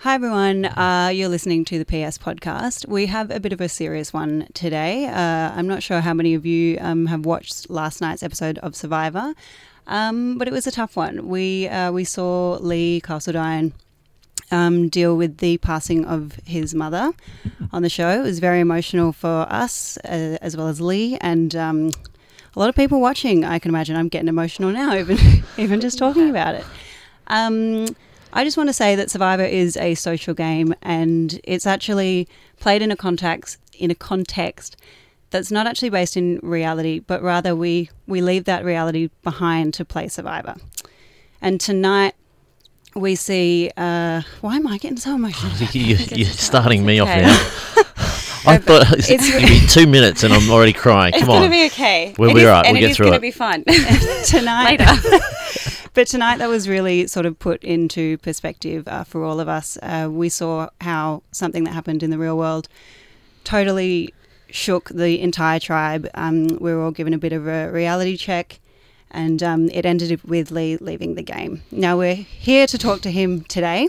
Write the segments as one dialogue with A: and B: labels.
A: Hi, everyone. Uh, you're listening to the PS podcast. We have a bit of a serious one today. Uh, I'm not sure how many of you um, have watched last night's episode of Survivor, um, but it was a tough one. We, uh, we saw Lee Castledine um, deal with the passing of his mother on the show. It was very emotional for us, uh, as well as Lee, and um, a lot of people watching. I can imagine I'm getting emotional now, even even just talking about it. Um, I just want to say that Survivor is a social game, and it's actually played in a context in a context that's not actually based in reality, but rather we we leave that reality behind to play Survivor. And tonight we see. Uh, why am I getting so emotional?
B: you, you're starting me off
C: okay.
B: now. I thought it's,
C: it's-
B: it'd be two minutes and I'm already crying.
C: It's
B: Come
C: going to
B: on.
C: be okay.
B: We'll
C: It
B: be
C: is-
B: right.
C: And
B: We'll get
C: it is
B: through
C: going
B: it.
C: to be fun.
A: tonight.
C: Later.
A: But tonight, that was really sort of put into perspective uh, for all of us. Uh, we saw how something that happened in the real world totally shook the entire tribe. Um, we were all given a bit of a reality check, and um, it ended with Lee leaving the game. Now, we're here to talk to him today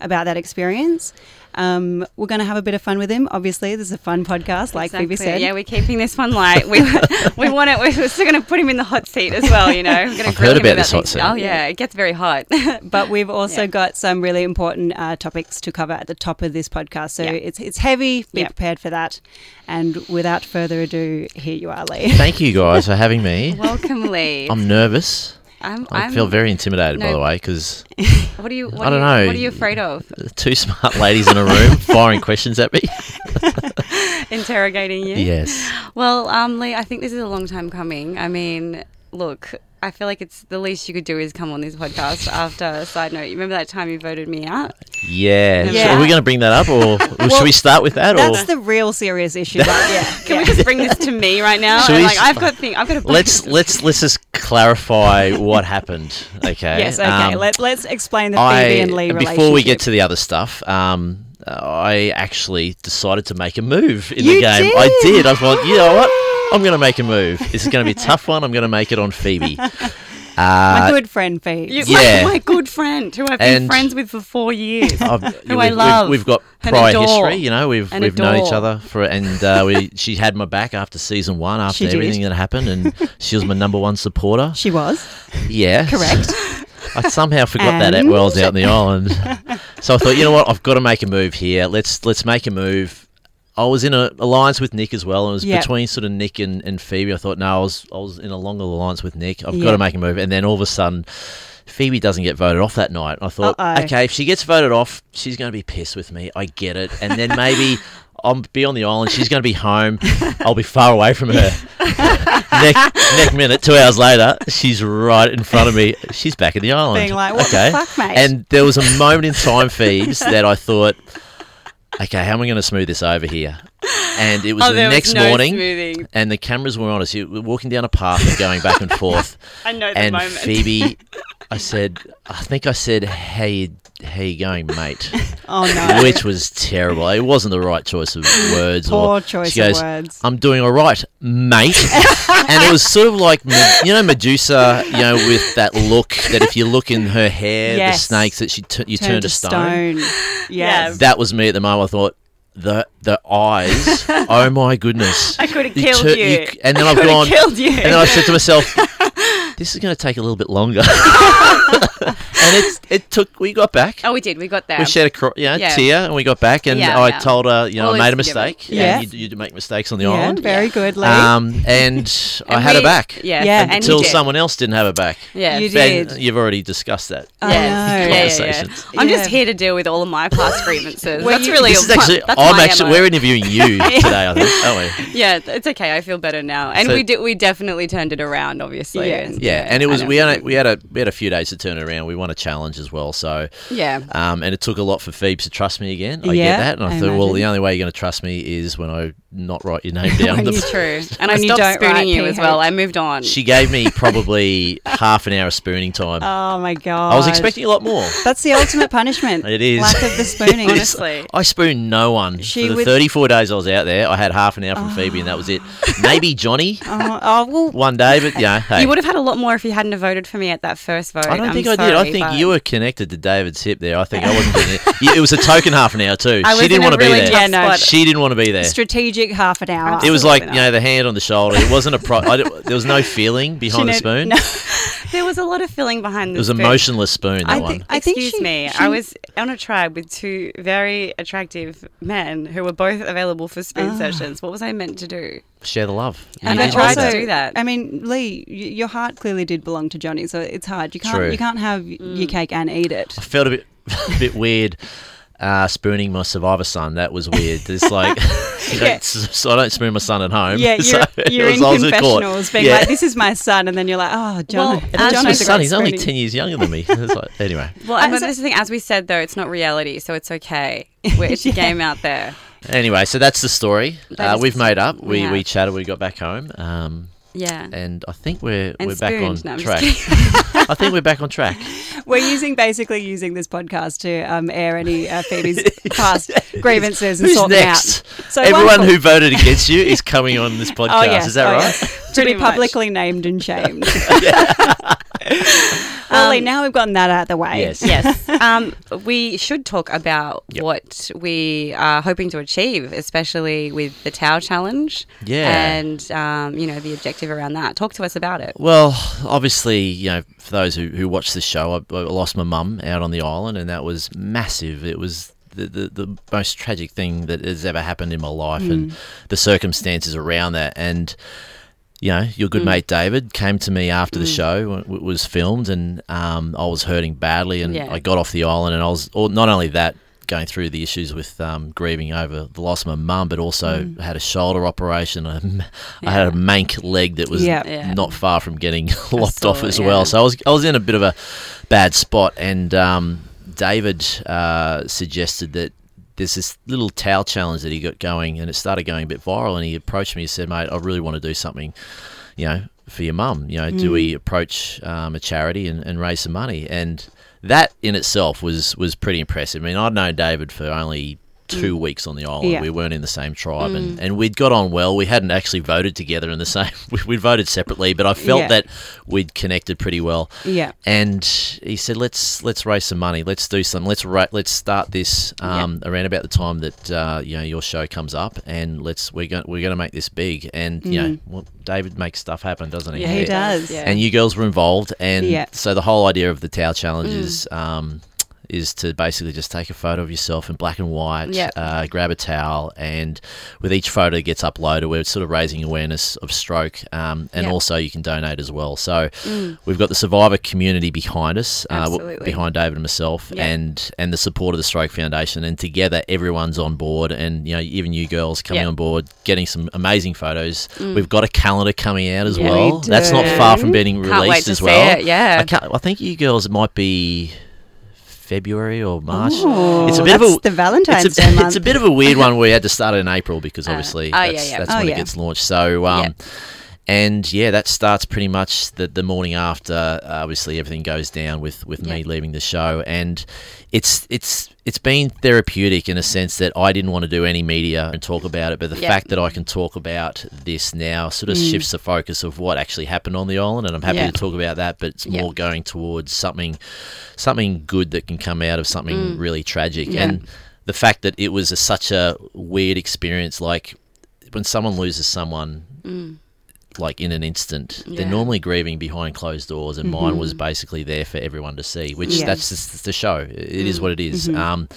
A: about that experience. Um, we're going to have a bit of fun with him. Obviously, this is a fun podcast, like Phoebe
C: Exactly.
A: said.
C: Yeah, we're keeping this one light. We we want it. We're still going to put him in the hot seat as well. You know, we're going to
B: I've
C: grill
B: heard
C: him
B: about this hot
C: these-
B: seat.
C: Oh yeah, it gets very hot.
A: but we've also
C: Yeah.
A: got some really important uh, topics to cover at the top of this podcast. So
C: Yeah.
A: it's it's heavy. Be
C: Yeah.
A: prepared for that. And without further ado, here you are, Lee.
B: Thank you guys for having me.
C: Welcome, Lee.
B: I'm nervous.
C: I'm,
B: I
C: I'm-
B: feel very intimidated, by
C: No.
B: the way, because
C: What are you? What
B: I don't
C: are you,
B: know.
C: What are you afraid of?
B: two smart ladies in a room firing questions at me.
C: Interrogating you?
B: Yes.
C: Well, um, Lee, I think this is a long time coming. I mean, look, I feel like it's the least you could do is come on this podcast. After side note, you remember that time you voted me out?
B: Yeah. So
A: Yeah.
B: are we going to bring that up, or should we start with that, or
A: That's the real serious issue. right? Yeah.
C: Can we just bring this to me right now?
B: Should
C: And,
B: we
C: like,
B: s-
C: I've got thing. I've got a.
B: let's let's let's just clarify what happened. Okay.
A: Yes. Okay.
B: Um,
A: Let, let's explain the
B: I-
A: Phoebe and Lee relationship.
B: Before we get to the other stuff, um, I actually decided to make a move in
A: You
B: the game.
A: did?
B: I did. I thought, you know what? I'm going to make a move. This is going to be a tough one. I'm going to make it on Phoebe.
A: my
B: Uh,
A: good friend Phoebe.
C: You,
B: Yeah.
C: my, my good friend who I've
B: And- Oh,
C: been friends with for four years.
B: I've-
C: who
B: we've-
C: I
B: we've-
C: love
B: We've, got
C: and
B: prior
C: adore
B: history. You know, we've
C: and
B: we've known each
C: adore.
B: other for, and uh, we she had my back after season one, after
A: She did.
B: everything that happened, and she was my number one supporter.
A: she was
B: Yeah,
A: correct.
B: I somehow forgot that at
A: And-
B: Wells out in the island. So I thought, you know what, I've got to make a move here. Let's let's make a move. I was in an alliance with Nick as well. It was
A: Yep.
B: between sort of Nick and, and Phoebe. I thought, no, I was I was in a longer alliance with Nick. I've got
A: Yeah.
B: to make a move. And then all of a sudden, Phoebe doesn't get voted off that night. I thought,
A: Uh-oh.
B: okay, if she gets voted off, she's going to be pissed with me. I get it. And then maybe I'll be on the island. She's going to be home. I'll be far away from her. next, next minute, two hours later, she's right in front of me. She's back in the island.
A: Being like, "What the fuck, mate?"
B: And there was a moment in time, Phoebes, that I thought, okay, how am I going to smooth this over here? And it was
C: Oh,
B: the
C: there was
B: next
C: no
B: morning,
C: smoothing.
B: and the cameras were on us. You were walking down a path and going back and forth.
C: I know the
B: and
C: moment.
B: Phoebe, I said, I think I said, hey, how you going, mate?
A: Oh no.
B: Which was terrible. It wasn't the right choice of words.
A: Poor
B: or,
A: choice
B: she
A: of
B: goes,
A: words.
B: I'm doing all right, mate. and it was sort of like, Me- you know, Medusa, you know, with that look that if you look in her hair,
A: Yes.
B: the snakes that she tu- you turn, to stone.
A: Yes.
B: That was me at the moment. I thought the the eyes. oh my goodness!
C: I coulda killed
B: tur-
C: you.
B: c- and then I have
C: coulda
B: gone.
C: killed you.
B: And then I said to myself, "This is going to take a little bit longer." and it it took. We got back.
C: Oh, we did. We got there.
B: We shed a cro- you know,
C: Yeah.
B: tear and we got back and
C: Yeah,
B: I
C: yeah.
B: told her, you know,
C: All
B: I
C: is
B: made a
C: forgiven.
B: mistake.
A: Yeah.
B: And you, you do make mistakes on the
A: Yeah.
B: island.
A: Very good, Lee.
B: Um, and I
C: And
B: had her
C: we-
B: back.
C: Yeah.
A: Yeah.
C: And he
B: Until
C: did.
B: someone else didn't have her back.
C: Yeah.
A: You
B: Ben,
A: did. Uh,
B: you've already discussed that.
A: I
C: Yes.
A: know.
C: Yeah, yeah, yeah.
B: Conversations.
C: I'm
A: Yeah.
C: just here to deal with all of my past grievances.
A: Well,
C: that's
A: you-
C: really
B: This is
C: my-
B: actually,
C: that's
B: I'm
C: my
B: actually,
C: MO.
B: we're interviewing you today, I think, aren't we?
C: Yeah, th- it's okay. I feel better now, and
B: So-
C: we did. We definitely turned it around, obviously.
A: Yeah.
B: Yeah, and it
C: I
B: was
C: know.
B: we had a, we had a we had a few days to turn it around. We won a challenge as well, so
C: Yeah.
B: um, and it took a lot for Phoebes to trust me again. I
A: Yeah,
B: get that, and I,
A: I
B: thought, well, the
A: imagine.
B: only way you're going to trust me is when I not write your name down.
A: When
B: The-
A: you
C: It's true. And I
A: When you
C: stopped
A: don't write
C: spooning you as
A: PH.
C: well. I moved on.
B: she gave me probably half an hour of spooning time.
A: Oh my god.
B: I was expecting a lot more.
A: That's the ultimate punishment.
B: It is.
A: lack of the spooning.
B: It is.
C: honestly.
B: I spooned no one.
A: She
B: For the
A: would-
B: 34 days I was out there, I had half an hour from Phoebe, and that was it.
C: Ah.
B: Maybe Johnny
A: Oh, oh well,
B: one day, but yeah, hey.
C: You would have had a lot more if you hadn't have voted for me at that first vote.
B: I don't
C: I'm
B: think I did. I
C: sorry.
B: think think
C: but-
B: you were connected to David's hip there. I think I wasn't. Gonna, You- it was a token half an hour too.
C: I was
B: she
C: in
B: didn't
C: a
B: want to
C: really
B: be there.
C: tough
A: Yeah, no,
C: spot.
B: She didn't want to be there.
A: Strategic half an hour.
B: It was
C: Absolutely
B: like you
C: not.
B: know the hand on the shoulder. It wasn't a pro. I don't- there was no feeling behind the
A: She
B: spoon.
A: knew- no.
C: There was a lot of filling behind
B: It
C: the
B: was a
C: spoon.
B: motionless spoon. That
A: I
B: one.
A: think- I think
C: Excuse
A: she-
C: me.
A: she-
C: I was on a tribe with two very attractive men who were both available for spoon sessions. What was I meant to do?
B: Share the love.
C: And
B: You
C: I
B: did
C: tried
B: that.
C: to do that.
A: I mean, Lee, y- your heart clearly did belong to Johnny, so it's hard. You can't
B: True.
A: you can't have y your
B: Mm.
A: cake and eat it.
B: I felt a bit, a bit weird. Uh, spooning my survivor son that was weird it's like you don't
A: Yeah.
B: s- so i don't spoon my son at home
A: Yeah, you're,
B: so it
A: you're in
B: was- I was at court.
A: confessionals being
B: Yeah.
A: like, "This is my son," and then you're like, "Oh, John,
C: Well,
B: And it's
C: John
B: my
C: has a
B: son
C: great
B: he's only
A: spooning.
B: 10 years younger than me It's like- anyway
C: Well, and
A: As
C: but
A: a-
C: this is the thing, as we said though, it's not reality, so it's okay. We're- It's a game out there.
B: anyway so that's the story
C: That
B: uh,
C: is-
B: we've made up we
C: yeah.
B: we chatted we got back home um
C: Yeah. And,
B: and i think we're we're back
C: spoon.
B: on
C: No, I'm just
B: track
C: kidding.
B: i think we're back on track
A: We're using basically using this podcast to um, air any uh, Phoebe's past grievances and
B: Who's
A: sort
B: next?
A: them out. So
B: Everyone
A: wonderful.
B: who voted against you is coming on this podcast.
A: Oh, yes.
B: Is that
A: Oh,
B: right?
A: yes. to
C: Pretty
A: be
C: much.
A: publicly named and shamed. well, Lee, now we've gotten that out of the way.
B: Yes.
C: yes. Um, we should talk about
B: Yep.
C: what we are hoping to achieve, especially with the Tau Challenge.
B: Yeah.
C: And, um, you know, the objective around that. Talk to us about it.
B: Well, obviously, you know, for those who, who watch the show, I, I lost my mum out on the island, and that was massive. It was the, the, the most tragic thing that has ever happened in my life, and the circumstances around that. And, you know, your good mate David came to me after the show when it was filmed, and um, I was hurting badly, and
C: Yeah.
B: I got off the island, and I was or not only that going through the issues with um, grieving over the loss of my mum, but also had a shoulder operation. I had a mank leg that was
A: Yeah.
C: Yeah.
B: not far from getting lopped off
C: saw it,
B: as
C: yeah.
B: well. So I was I was in a bit of a bad spot, and um, David uh, suggested that there's this little towel challenge that he got going, and it started going a bit viral. And he approached me and said, "Mate, I really want to do something, you know, for your mum. You know, do
A: Mm.
B: we approach um, a charity and, and raise some money?" And that in itself was was pretty impressive. I mean, I'd known David for only. Two weeks on the island,
A: Mm. Yeah. Mm.
B: we weren't in the same tribe, and, and we'd got on well. We hadn't actually voted together in the same. We, we'd voted separately, but I felt
A: Yeah.
B: that we'd connected pretty well
A: Yeah.
B: and he said, "Let's let's raise some money. Let's do something. Let's ra- let's start this um, around about the time that uh, you know your show comes up, and let's we're going we're going to make this big." And you know, well, David makes stuff happen, doesn't he?
A: Mm. Yeah, he does.
C: Yeah.
B: And you girls were involved, and
A: Yeah.
B: so the whole idea of the Tau Challenge is.
C: Mm.
B: Um, is to basically just take a photo of yourself in black and white,
C: Yep.
B: uh, grab a towel, and with each photo that gets uploaded, we're sort of raising awareness of stroke, um, and
C: Yep.
B: also you can donate as well. So we've got the survivor community behind us, uh, w-
C: Mm. Absolutely.
B: behind David and myself,
C: Yep.
B: and and the support of the Stroke Foundation, and together everyone's on board, and you know even you girls coming
C: Yep.
B: on board, getting some amazing photos.
C: Mm.
B: We've got a calendar coming out as
C: Yeah, we
B: well. That's not far
A: do.
B: from being released
C: Can't wait to
B: as
C: see
B: well.
C: it, yeah.
B: I, can't, I think you girls might be. February or March.
A: Ooh,
B: it's a bit of
A: that's
B: a
A: the Valentine's
B: it's a,
A: Day month.
B: it's a bit of a weird one. We had to start it in April because
C: Uh,
B: obviously
C: oh, yeah,
B: that's,
C: yeah.
B: that's
A: Oh,
B: when
A: yeah.
B: it gets launched. So, um,
C: Yep.
B: and yeah, that starts pretty much the, the morning after. Uh, obviously, everything goes down with, with me
C: Yep.
B: leaving the show, and it's it's it's been therapeutic in a sense that I didn't want to do any media and talk about it, but the
C: Yep.
B: fact that I can talk about this now sort of shifts the focus of what actually happened on the island, and I'm happy
C: Mm. Yeah.
B: to talk about that. But it's
C: Yeah.
B: more going towards something something good that can come out of something
C: Mm.
B: really tragic. And the fact that it was a, such a weird experience, like when someone loses someone, like in an instant, they're
C: Yeah. Mm-hmm.
B: normally grieving behind closed doors, and mine was basically there for everyone to see, which
A: Yeah.
B: that's just the show. It is what it is.
C: Mm-hmm.
B: Um,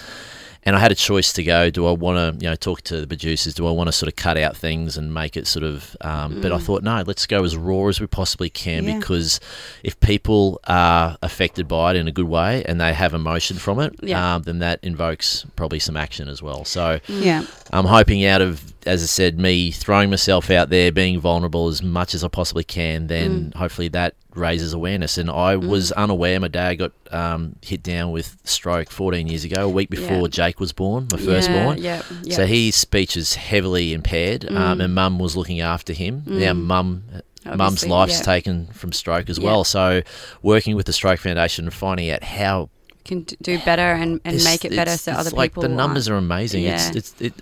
B: and I had a choice to go. Do I want to, you know, talk to the producers? Do I want to sort of cut out things and make it sort of? Um, But I
C: Mm.
B: thought, no, let's go as raw as we possibly can
A: Yeah.
B: because if people are affected by it in a good way and they have emotion from it,
C: Yeah.
B: um, then that invokes probably some action as well. So
A: yeah.
B: I'm hoping out of, as I said, me throwing myself out there, being vulnerable as much as I possibly can, then
C: Mm.
B: hopefully that raises awareness. And I was unaware my dad got um, hit down with stroke 14 years ago, a week before Jake was born, my firstborn.
C: Yeah. yeah. Mm.
B: So his speech is heavily impaired, um, and mum was looking after him. Now mum, mum's
C: Obviously,
B: life's
C: yeah.
B: taken from stroke as
C: Yeah.
B: well. So working with the Stroke Foundation and finding out how
C: can d- do better and, and
B: this-
C: make it better
B: it's-
C: so
B: it's
C: other
B: like
C: people
B: the numbers
C: aren't.
B: are amazing. It's
C: Yeah.
B: it's it.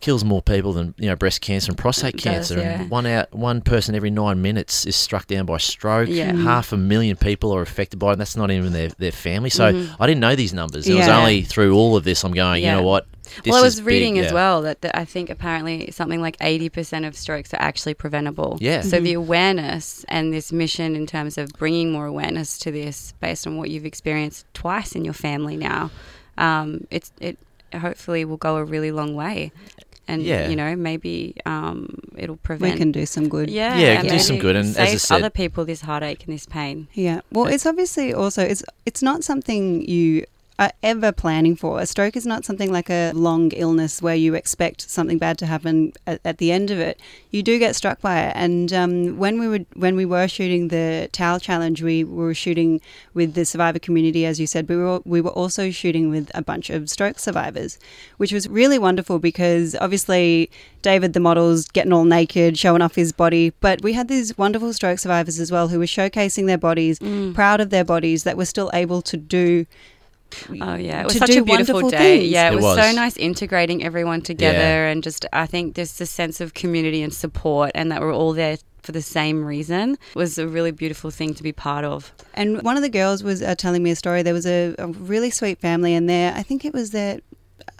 B: kills more people than you know breast cancer and prostate
C: It does,
B: cancer.
C: yeah.
B: And one out one person every nine minutes is struck down by stroke.
C: Yeah. Mm.
B: Half a million people are affected by it. And that's not even their, their family. So I didn't know these numbers. It was
A: Yeah.
B: only through all of this I'm going.
C: Mm-hmm. Yeah.
B: You know what? This
C: well, I
B: is
C: was
B: big,
C: reading as
B: yeah.
C: well that, that I think apparently something like 80% of strokes are actually preventable.
B: Yeah.
C: So
A: Mm-hmm.
C: the awareness and this mission in terms of bringing more awareness to this based on what you've experienced twice in your family now, um, it's, it hopefully will go a really long way. And,
B: Yeah.
C: you know, maybe um, it'll
A: we
C: prevent.
A: can do some good.
C: yeah,
B: Yeah, it
C: and
B: can do some
C: maybe
B: good, and as I
C: saves
B: said-
C: other people this heartache and this pain.
A: Yeah. Well, it's obviously also it's it's not something you are ever planning for. A stroke is not something like a long illness where you expect something bad to happen at, at the end of it. You do get struck by it. And um, when we were when we were shooting the towel challenge, we were shooting with the survivor community, as you said. We were we were also shooting with a bunch of stroke survivors, which was really wonderful because obviously David the model's getting all naked, showing off his body. But we had these wonderful stroke survivors as well who were showcasing their bodies,
C: Mm.
A: proud of their bodies, that were still able to do.
C: Oh yeah, it was
A: to
C: such
A: do
C: a beautiful
A: wonderful
C: day.
A: things.
C: Yeah, it,
B: It
C: was, so
B: was.
C: nice integrating everyone together
B: Yeah.
C: and just I think there's this sense of community and support and that we're all there for the same reason was a really beautiful thing to be part of.
A: And one of the girls was uh, telling me a story. There was a, a really sweet family, and their I think it was their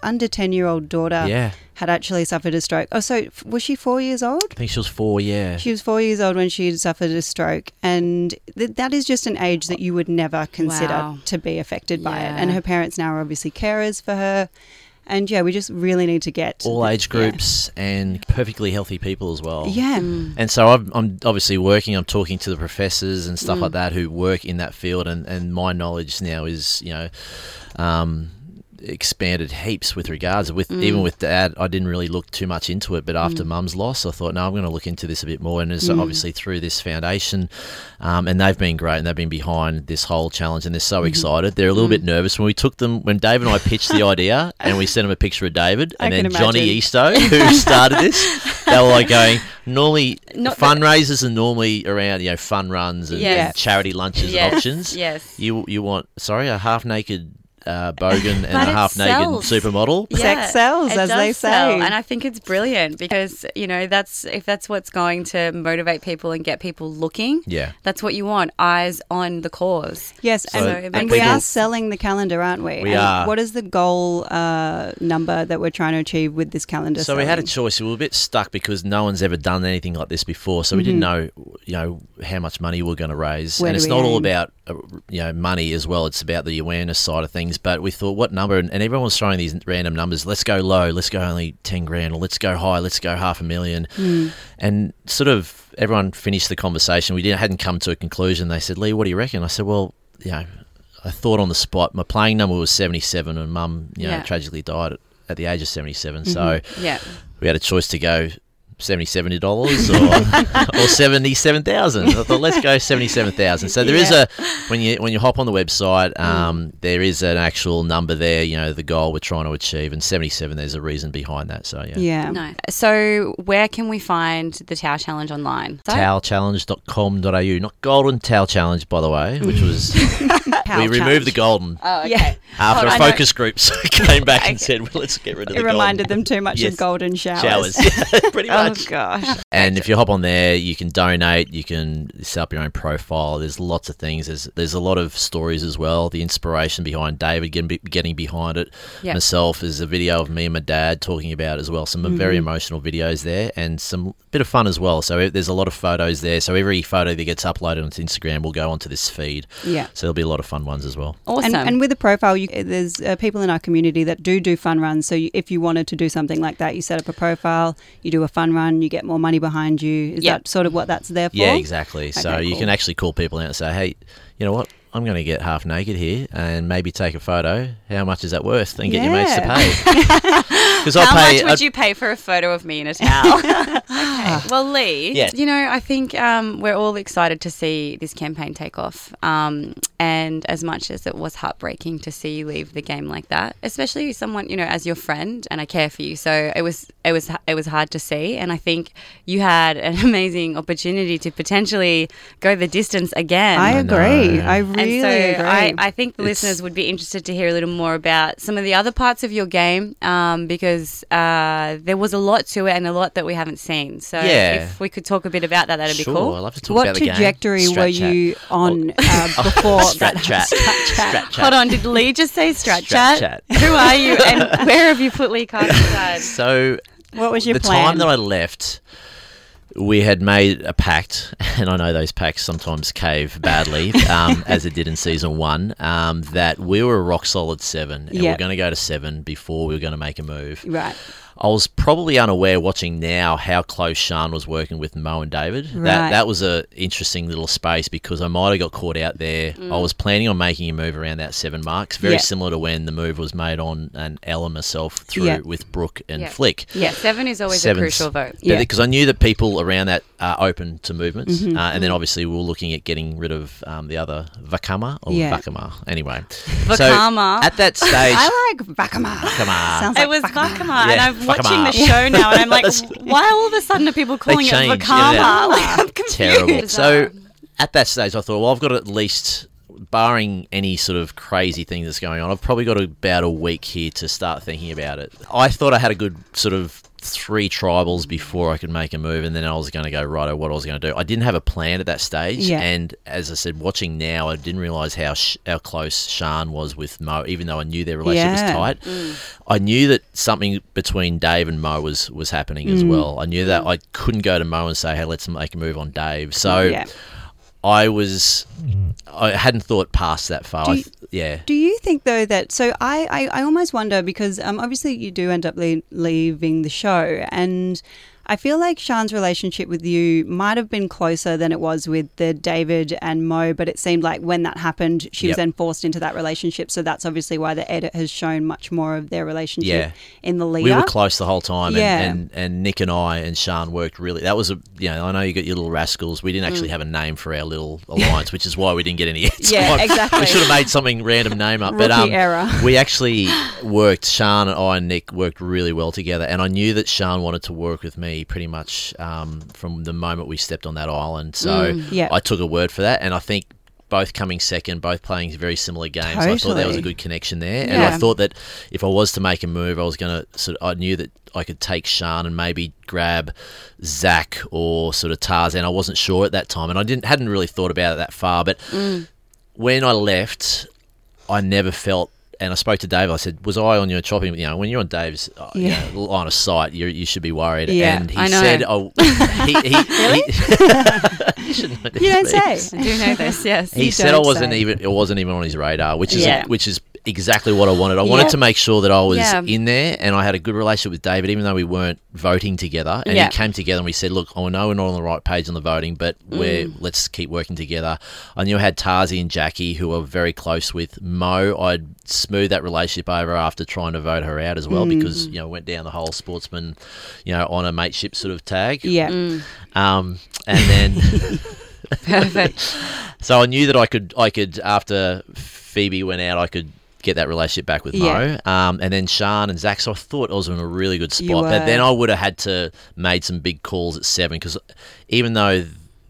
A: under ten year old daughter
B: Yeah.
A: had actually suffered a stroke. Oh, so f- was she four years old?
B: I think she was four. Yeah.
A: She was four years old when she had suffered a stroke, and th- that is just an age that you would never consider
C: Wow.
A: to be affected by it.
C: Yeah.
A: And her parents now are obviously carers for her. And yeah, we just really need to get
B: all age
A: yeah.
B: groups Oh. and perfectly healthy people as well.
C: Mm.
A: Yeah.
B: And so I'm, I'm obviously working. I'm talking to the professors and
A: Mm.
B: stuff like that who work in that field, and, and my knowledge now is you know um, expanded heaps with regards with
A: Mm.
B: even with dad. I didn't really look too much into it, but after mum's loss, I thought no, I'm going to look into this a bit more. And
A: Mm.
B: it's obviously through this foundation, um, and they've been great and they've been behind this whole challenge, and they're so
A: Mm-hmm.
B: excited. They're a little
A: Mm.
B: bit nervous when we took them when Dave and I pitched the idea, and we sent them a picture of David
A: I
B: and
A: can
B: then Johnny
A: imagine.
B: Easto who started this. They were like going normally
C: Not that-
B: fundraisers are normally around you know fun runs and,
C: Yes.
B: and charity lunches
C: Yes,
B: and auctions.
C: yes.
B: You you want sorry a half naked uh, bogan and a
C: But it
B: half naked
C: sells.
B: supermodel.
A: Sex sells,
C: it
A: as they
C: does sell,
A: say.
C: and I think it's brilliant because you know that's if that's what's going to motivate people and get people looking.
B: Yeah.
C: that's what you want. Eyes on the cause.
A: Yes,
B: So
A: and,
C: it
A: and
C: makes
A: we
B: people-
A: are selling the calendar, aren't we?
B: We
A: and
B: are.
A: What is the goal uh, number that we're trying to achieve with this calendar?
B: So we had a
A: selling?
B: choice. We were a bit stuck because no one's ever done anything like this before. So we didn't know, you know, how much money we are going to raise.
A: Mm-hmm. Where
B: and
A: do
B: it's
A: we
B: not all
A: aim?
B: about, uh, you know, money as well. It's about the awareness side of things. But we thought, what number? And, and everyone was throwing these random numbers. Let's go low. Let's go only ten grand, or let's go high. Let's go half a million.
A: Mm.
B: And sort of everyone finished the conversation. We didn't hadn't come to a conclusion. They said, Lee, what do you reckon? I said, well, you know. I thought on the spot. My playing number was seventy-seven, and Mum, you know,
C: Yeah.
B: tragically died at, at the age of seventy-seven.
A: Mm-hmm.
B: So
C: Yeah,
B: we had a choice to go seventy seventy dollars or or seventy seven thousand. I thought let's go seventy seven thousand. So there is a when you when you hop on the website,
A: Mm.
B: um, there is an actual number there. You know the goal we're trying to achieve, and seventy seven. There's a reason behind that. So yeah.
A: Yeah.
C: no. So where can we find the Tao Challenge online? So-
B: Towelchallenge.com.au, not Golden Towel Challenge, by the way, which was
A: Cow
B: we
A: challenge. Uh,
B: removed the golden
C: Oh, okay.
A: Yeah.
B: after
C: Oh, I
B: a
C: know.
B: focus group came back and said, "Well, let's get rid of
A: It
B: the
A: reminded them
B: golden
A: too much
B: Yes.
A: of golden showers.
B: showers." Pretty
A: Oh
B: much.
A: gosh.
B: And if you hop on there, you can donate, you can set up your own profile. There's lots of things. There's there's a lot of stories as well. The inspiration behind David getting, be- getting behind it.
C: Yeah.
B: Myself is a video of me and my dad talking about it as well. Some very emotional videos there and some bit of fun as well. So eh, there's a lot of photos there. So every photo that gets uploaded onto Instagram will go onto this feed.
A: Yeah.
B: So there'll be a lot of fun ones as well.
C: Awesome.
A: And, and with a profile, you, there's uh, people in our community that do do fun runs. So you, if you wanted to do something like that, you set up a profile, you do a fun run, you get more money behind you. Is
C: Yeah.
A: that sort of what that's there for?
B: Yeah, exactly. so
A: Okay,
B: you
A: cool.
B: can actually call people out and say, hey, you know what? I'm going to get half naked here and maybe take a photo. How much is that worth? And get your mates to
A: Yeah.
B: pay. Because
C: How
B: I'll pay.
C: much would
B: I'd-
C: you pay for a photo of me in a towel? okay. Well, Lee,
B: Yeah.
C: you know, I think um, we're all excited to see this campaign take off. Um, and And as much as it was heartbreaking to see you leave the game like that, especially someone you know as your friend, and I care for you, so it was it was it was hard to see. And I think you had an amazing opportunity to potentially go the distance again.
A: I agree. I
C: and
A: really
C: so
A: agree.
C: I, I think the
B: It's-
C: listeners would be interested to hear a little more about some of the other parts of your game um, because uh, there was a lot to it and a lot that we haven't seen. So
B: Yeah.
C: if we could talk a bit about that, that'd
B: sure,
C: be
B: I
C: cool.
B: love to talk
A: what
B: about the game. Oh.
A: trajectory
B: Strat
A: were
B: chat.
A: you on uh, before
B: Strat
A: that
B: chat.
A: Strat chat.
B: Strat
C: Hold
B: chat.
C: on, did Lee just say Strat, Chat?
B: Strat Chat.
C: Who are you and where have you put Lee Carter aside?
B: So
A: What was your
B: the
A: plan?
B: time that I left, we had made a pact, and I know those pacts sometimes cave badly, um, as it did in season one. Um, that we were a rock solid seven, and we
A: Yep.
B: we're going to go to seven before we were going to make a move.
A: right.
B: I was probably unaware watching now how close Sean was working with Mo and David.
A: Right.
B: That that was a interesting little space because I might have got caught out there. I was planning on making a move around that seven marks, very
A: Mm. Yeah.
B: similar to when the move was made on an Ella myself through
A: Yeah.
B: with Brooke and
C: Yeah.
B: Flick.
C: Yeah, seven is always a
B: Seven's-
C: crucial vote.
A: Yeah. Mm-hmm.
B: Because I knew that people around that are open to movements. Uh, and then obviously we were looking at getting rid of um, the other Vakama or
A: Yeah.
B: Vakama. Anyway.
C: Vakama.
B: So at that stage,
A: I like Bakama.
B: Vakama.
A: Sounds
C: It
A: like
C: was
A: Bakama.
C: Vakama, and
B: Yeah,
C: I'm watching the
B: Vakama.
C: show now, and I'm like, why all of a sudden are people calling it
B: changed,
C: Vakama?
B: yeah.
C: Like, I'm confused.
B: terrible.
C: Bizarre.
B: So at that stage, I thought, well, I've got at least, barring any sort of crazy thing that's going on, I've probably got about a week here to start thinking about it. I thought I had a good sort of three tribals before I could make a move, and then I was going to go right what I was going to do. I didn't have a plan at that stage,
A: Yeah.
B: and as I said, watching now, I didn't realize how sh- how close Shan was with Mo, even though I knew their relationship
A: Yeah.
B: was tight.
A: Mm.
B: I knew that something between Dave and Mo was was happening
A: Mm.
B: as well. I knew that I couldn't go to Mo and say, "Hey, let's make a move on Dave." So
A: Yeah.
B: I was, I hadn't thought past that far.
A: Do
B: I
A: you-
B: th- yeah,
A: Do you think though that so I I, I almost wonder because um, obviously you do end up le- leaving the show and I feel like Sean's relationship with you might have been closer than it was with the David and Mo, but it seemed like when that happened, she was
B: Yep.
A: then forced into that relationship. So that's obviously why the edit has shown much more of their relationship
B: Yeah.
A: in the lead
B: we were
A: up.
B: close the whole time,
A: Yeah.
B: and, and and Nick and I and Sean worked really. That was a you know I know you got your little rascals. We didn't
A: Mm.
B: actually have a name for our little alliance, which is why we didn't get any.
A: yeah,
B: airtime.
A: exactly.
B: We should have made something random name up, but
A: Rookie
B: um,
A: error.
B: we actually worked. Sean and I and Nick worked really well together, and I knew that Sean wanted to work with me pretty much um, from the moment we stepped on that island. So
A: Mm, Yeah.
B: I took a word for that, and I think both coming second, both playing very similar games. I thought there was
A: Totally.
B: a good connection there, and I
A: Yeah.
B: thought that if I was to make a move, I was gonna sort. Of, I knew that I could take Sean and maybe grab Zach or sort of Tarzan. I wasn't sure at that time, and I didn't hadn't really thought about it that far, but when I left, I never felt. And I spoke to Dave. I said, "Was I on your chopping? You know, when you're on Dave's uh, you
A: Yeah.
B: know, line of sight, you you should be worried."
A: Yeah,
B: and he
C: I know.
B: said, "Oh, he, he, really?
A: you don't say.
C: I do know this, yes.
B: He
A: You
B: said I
A: don't
B: wasn't
A: say.
B: even. It wasn't even on his radar, which is
C: Yeah.
B: which is exactly what I wanted. I wanted
A: Yeah.
B: to make sure that I was
C: Yeah.
B: in there, and I had a good relationship with David, even though we weren't voting together. And
C: Yeah.
B: he came together, and we said, "Look, I know we're not on the right page on the voting, but
C: Mm.
B: we're let's keep working together." I knew I had Tarzi and Jackie, who I were very close with Mo. I'd smooth that relationship over after trying to vote her out as well,
C: Mm.
B: because you know went down the whole sportsman, you know, on a mateship sort of tag.
A: Yeah.
C: Mm.
B: Um, and then.
C: Perfect.
B: So I knew that I could, I could after Phoebe went out, I could get that relationship back with
A: Yeah.
B: Mo, um, and then Shan and Zach. So I thought I was in a really good spot,
A: You were.
B: but then I would have had to made some big calls at seven because even though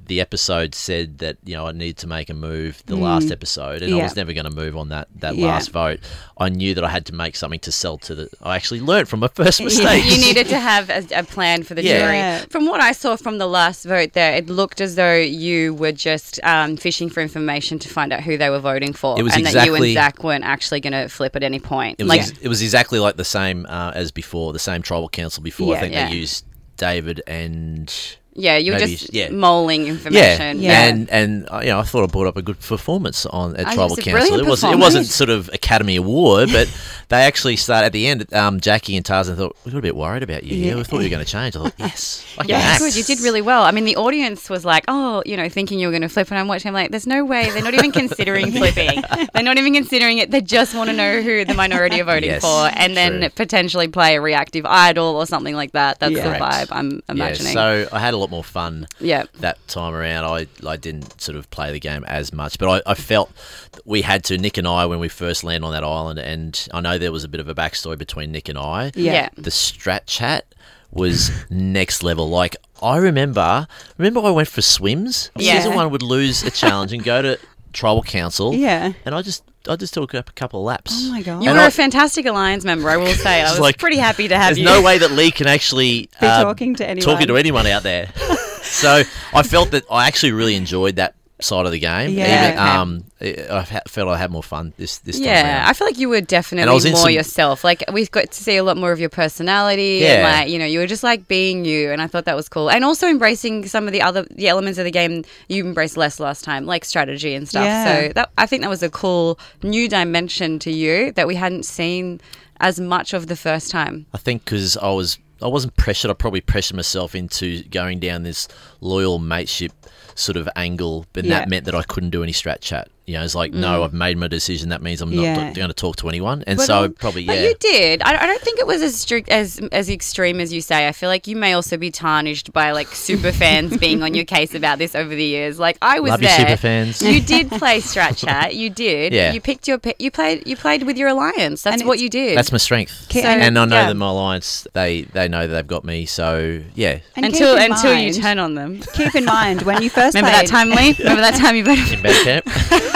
B: the episode said that you know I need to make a move, the last episode, and
A: Mm. Yeah.
B: I was never going to move on that that
A: Yeah.
B: last vote. I knew that I had to make something to sell to the. I actually learned from my first mistake.
C: you needed to have a, a plan for the
B: Yeah.
C: jury.
A: Yeah.
C: From what I saw from the last vote there, it looked as though you were just um, fishing for information to find out who they were voting for.
B: It was
C: and that you and
B: exactly-
C: Zach weren't actually going to flip at any point.
B: It was,
C: like,
B: ex- it was exactly like the same uh, as before, the same tribal council before.
A: Yeah.
B: I think
C: Yeah.
B: they used David and
C: yeah, you were
B: maybe
C: just
B: it's- yeah.
C: mulling
B: yeah.
C: information.
A: Yeah.
B: and and uh, you know, I thought I brought up a good performance on at
C: I
B: Tribal
C: think it's a brilliant
B: Council. It wasn't it
C: performance.
B: wasn't sort of Academy Award, but they actually started at the end. Um, Jackie and Tarzan thought we got a bit worried about you. Yeah, we thought you were going to change. I thought yes, I can
C: Yeah,
B: act.
C: good. You did really well. I mean, the audience was like, "Oh, you know," thinking you were going to flip, and I'm watching. I'm like, "There's no way. They're not even considering flipping. They're not even considering it. They just want to know who the minority are voting
B: Yes,
C: for, and then
B: true.
C: potentially play a reactive idol or something like that. That's
A: Yeah.
C: the
B: Correct.
C: vibe I'm imagining.
B: Yeah, so I had a lot more fun
C: Yeah.
B: that time around. I, I didn't sort of play the game as much, but I, I felt that we had to, Nick and I, when we first landed on that island, and I know there was a bit of a backstory between Nick and I.
A: Yeah.
C: Yeah.
B: The strat chat was next level. Like, I remember, remember I went for swims?
C: Yeah.
B: Season one would lose a challenge and go to tribal council.
A: Yeah.
B: And I just, I just took up a couple of laps.
A: Oh my god.
C: You
B: And
C: were a
B: I-
C: fantastic Alliance member, I will say. I
B: It's
C: was
B: like-
C: pretty happy to have
B: There's
C: you.
B: no way that Lee can actually
A: Be
B: uh,
A: talking to anyone.
B: talking to anyone out there. so I felt that I actually really enjoyed that side of the game.
A: Yeah.
B: Even, um, I- I ha- felt I had more fun this this time.
C: Yeah,
B: round.
C: I feel like you were definitely
B: was in
C: more
B: some-
C: yourself. Like we've got to see a lot more of your personality. And
B: Yeah.
C: like, you know, you were just like being you and I thought that was cool. And also embracing some of the other the elements of the game you embraced less last time, like strategy and stuff.
A: Yeah.
C: So that I think that was a cool new dimension to you that we hadn't seen as much of the first time.
B: I think because I was I wasn't pressured. I probably pressured myself into going down this loyal mateship sort of angle, but
A: Yeah.
B: that meant that I couldn't do any strat chat. You know, it's like no, I've made my decision. That means I'm not
A: Yeah.
B: going to talk to anyone, and
C: Mm. But,
B: so
C: um,
B: probably yeah.
C: But you did. I, I don't think it was as strict as as extreme as you say. I feel like you may also be tarnished by like super fans being on your case about this over the years. Like I was
B: Love you,
C: there.
B: super fans.
C: You did play Strat Chat. You did.
B: Yeah.
C: You picked your. pi- You played. You played with your alliance. That's
A: And
C: what
A: it's-
C: you did.
B: That's my strength,
A: Okay,
B: and,
A: and-
B: I know
C: yeah.
B: that my alliance they they know that they've got me. So yeah,
A: And keep
C: until
A: in
C: until you
A: mind-
C: turn on them.
A: Keep in mind when you first
C: Remember that
A: played,
C: time, Lee? Remember that time you voted?
B: in band camp.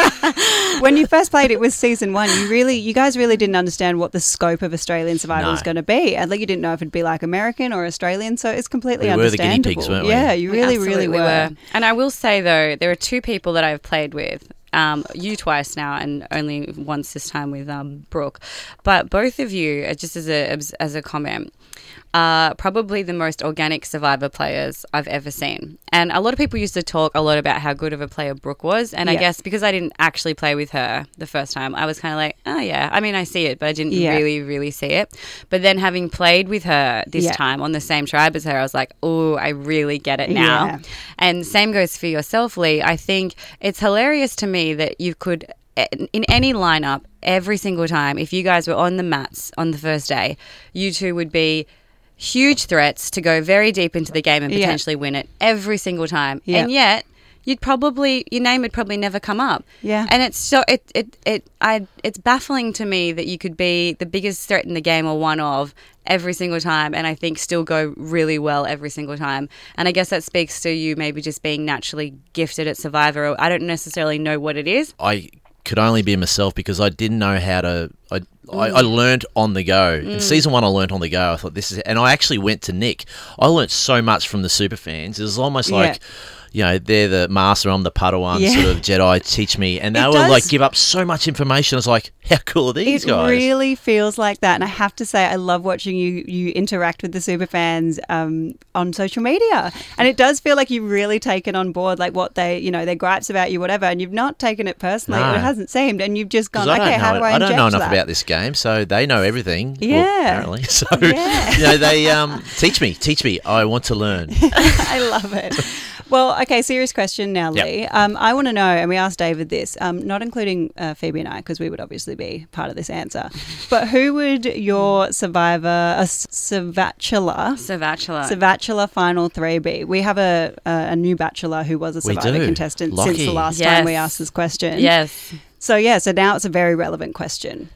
A: when you first played it was season one you really you guys really didn't understand what the scope of australian survival
B: No.
A: was going to be and like you didn't know if it'd be like american or australian so it's completely
B: We were the guinea
A: understandable
B: pigs, weren't we?
A: yeah you
C: We
A: really really
C: Oh, absolutely
A: were,
C: And I will say though, there are two people that I've played with. Um, you twice now, and only once this time with um, Brooke. But both of you, uh, just as a as a comment, are probably the most organic Survivor players I've ever seen. And a lot of people used to talk a lot about how good of a player Brooke was, and I
A: Yeah.
C: guess because I didn't actually play with her the first time, I was kind of like, oh yeah. I mean, I see it, but I didn't
A: Yeah.
C: really really see it. But then having played with her this
A: Yeah.
C: time on the same tribe as her, I was like, oh, I really get it now.
A: Yeah.
C: And same goes for yourself, Lee. I think it's hilarious to me that you could, eh, in any lineup, every single time, if you guys were on the mats on the first day, you two would be huge threats to go very deep into the game and
A: Yeah.
C: potentially win it every single time.
A: Yeah.
C: And yet, you'd probably your name would probably never come up.
A: Yeah.
C: And it's so it it it I it's baffling to me that you could be the biggest threat in the game or one of every single time and I think still go really well every single time. And I guess that speaks to you maybe just being naturally gifted at survivor or I don't necessarily know what it is.
B: I could only be myself because I didn't know how to. I I, I
A: Mm.
B: learned on the go. In season one, I learned on the go. I thought this is, and I actually went to Nick. I learnt so much from the super fans. It was almost
A: Yeah.
B: like. You know, they're the master, I'm the Padawan
A: Yeah.
B: sort of Jedi, teach me. And they
A: It
B: were
A: does-
B: like, give up so much information. It's like, how cool are these
A: It
B: guys?
A: really feels like that, and I have to say, I love watching you you interact with the superfans um, on social media, and it does feel like you've really taken on board like what they, you know, their gripes about you, whatever, and you've not taken it personally.
B: No.
A: It hasn't seemed, and you've just gone,
B: Because I
A: okay,
B: don't
A: how
B: know,
A: do I?
B: I, don't know
A: inject
B: enough
A: that?
B: about this game, so they know everything. Well,
A: Yeah.
B: apparently. So,
A: Yeah.
B: you know, they um, teach me, teach me. I want to learn.
A: I love it. Well, okay, serious question now,
B: Yep.
A: Lee. Um, I want to know, and we asked David this, um, not including uh, Phoebe and I, because we would obviously be part of this answer, but who would your survivor, a s- survatula,
C: Savacula.
A: survatula final three be? We have a, a, a new bachelor who was a
B: We
A: survivor
B: do.
A: contestant since
B: Lucky.
A: the last time we
C: Yes.
A: asked this question.
C: yes.
A: So, yeah, so now it's a very relevant question.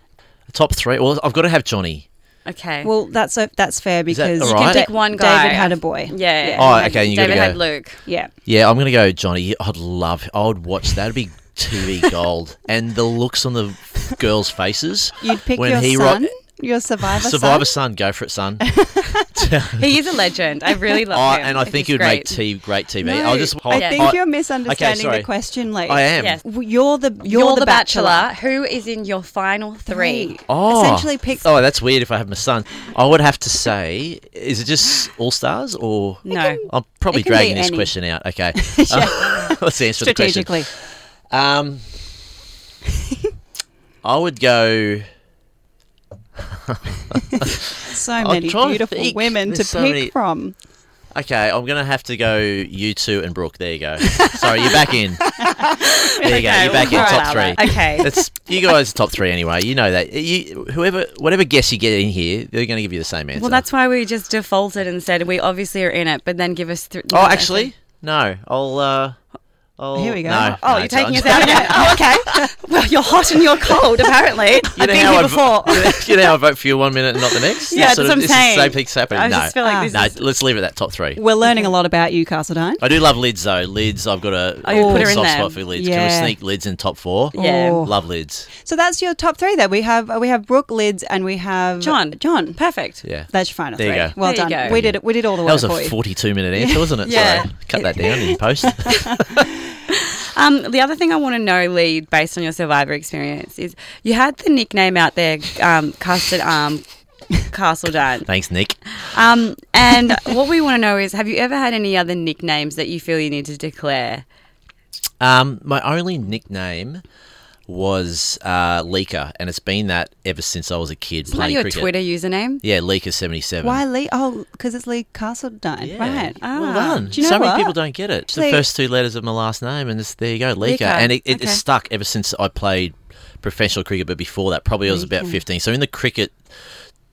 B: Top three. Well, I've got to have Johnny.
C: Okay.
A: Well, that's a, that's fair
B: Is that
A: because
B: all right?
C: Pick one guy.
A: David had a boy.
C: yeah.
A: Yeah.
B: Oh, okay, you gotta
C: David
B: go.
C: had Luke.
A: Yeah.
B: Yeah, I'm gonna go Johnny. I'd love. I would watch. That'd be TV gold. and the looks on the girls' faces.
A: You'd pick
B: When
A: your
B: he ro-
A: son, your survivor,
B: Survivor
A: son.
B: son, go for it, son.
C: He is a legend. I really love
B: Oh,
C: him.
B: and I think
C: He's
B: you'd
C: great.
B: make t- great TV.
A: No,
B: I'll just.
A: I
B: I-
A: think
B: I-
A: you're misunderstanding
B: sorry.
A: the question, Lee.
B: I am.
C: Yes.
A: W- You're the you're,
C: You're, the, bachelor. Who is in your final three?
B: Oh,
A: Essentially picks-
B: Oh, that's weird. If I have my son, I would have to say, is it just All Stars or
C: No.
B: I'm probably
A: It can be
B: dragging this
A: any.
B: question out. Okay, Uh, let's answer the question.
A: strategically.
B: Um, I would go.
A: So
B: I'm
A: many
B: trying to
A: beautiful
B: think.
A: women to
B: There's so
A: pick
B: many-
A: from.
B: Okay, I'm gonna have to go you two and Brooke. There you go. Sorry, you're back in. There you go. You're back in
A: alright.
B: top three.
D: Okay.
B: That's you guys are top three anyway. You know that. You whoever whatever guess you get in here, they're gonna give you the same answer.
C: Well, that's why we just defaulted and said we obviously are in it, but then give us. Th-
B: Oh, actually, no. I'll. uh I'll,
A: Here we go.
B: no,
D: Oh,
B: no,
D: you're
B: it's- I'm
D: taking us out.
B: just-
D: Now. Oh, okay. Well, you're hot and you're cold, apparently. I've been
B: how
D: here
B: I
D: before.
B: vo- you know how I vote for you one minute and not the next?
C: Yeah,
B: It's
C: that's
B: sort of-
C: what I'm
B: it's the
C: saying.
B: Same thing's happening.
C: I
B: no.
C: just feel like this
A: Ah.
B: no,
C: is-
B: let's leave it at top three.
A: We're learning a lot about you, Castledine.
B: I do love lids though. Lids, I've got a
C: Oh, you put her in
B: soft
C: there.
B: spot for lids.
A: Yeah.
B: Can we sneak lids in top four?
C: Yeah.
A: Oh.
B: Love lids.
A: So that's your top three. There we have uh, we have Brooke Lids and we have
C: John.
A: John.
C: Perfect.
B: Yeah.
A: That's your final
B: There you
A: three.
B: go.
A: Well
C: There you
A: done.
C: go.
A: We did it. We did all the
B: That
A: work
B: was a
A: for you.
B: 42 minute answer, wasn't it?
C: Yeah.
B: Sorry. Cut that down in post.
C: Um, the other thing I want to know, Lee, based on your Survivor experience, is you had the nickname out there, um, Custard Arm Castle Dan.
B: Thanks, Nick.
C: Um, and what we want to know is, have you ever had any other nicknames that you feel you need to declare?
B: Um, my only nickname was uh, Leaker, and it's been that ever since I was a kid
C: Is that
B: playing
C: your
B: cricket.
C: Twitter username?
B: Yeah, Leaker77.
A: Why Lee? Oh, because it's Lee Castledine.
B: Yeah.
A: Right.
B: Well
C: Ah.
B: done.
A: Do you know
B: so
A: what?
B: many people don't get it. It's the
A: Actually-
B: first two letters of my last name, and it's, there you go, Leaker.
C: Leaker.
B: And it, it,
C: Okay.
B: it's stuck ever since I played professional cricket, but before that, probably I was about 15. So in the cricket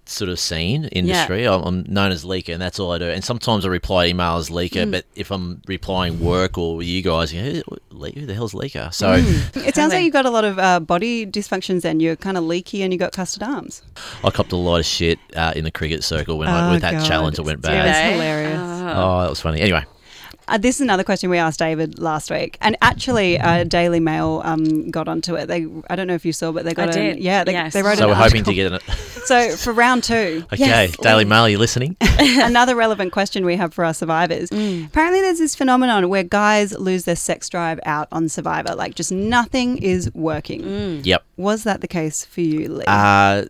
B: sort of scene industry, I'm, I'm known as Leaker, and that's all I do. And sometimes I reply to emails Leaker,
A: Mm.
B: but if I'm replying work or you guys, you know, who, who the hell's Leaker? So
A: It sounds like
C: Totally.
A: you've got a lot of uh, body dysfunctions. Then you're kind of leaky and you got custard arms.
B: I copped a lot of shit uh, in the cricket circle when I,
A: Oh,
B: with that
A: God.
B: challenge I went
A: Yeah,
B: bad.
A: that's
C: Okay.
A: hilarious.
B: Oh, that was funny. Anyway,
A: Uh, this is another question we asked David last week, and actually, uh, Daily Mail um, got onto it. They, I don't know if you saw, but they got
C: I
A: an-
C: did,
A: yeah, they,
C: yes.
A: they wrote
B: so
A: an
B: we're hoping
A: article.
B: to get it.
A: So for round two,
B: Okay, Daily Mail, you listening?
A: another relevant question we have for our survivors.
C: Mm.
A: Apparently, there's this phenomenon where guys lose their sex drive out on Survivor, like just nothing is working.
C: Mm.
B: yep.
A: Was that the case for you, Lee?
B: Uh,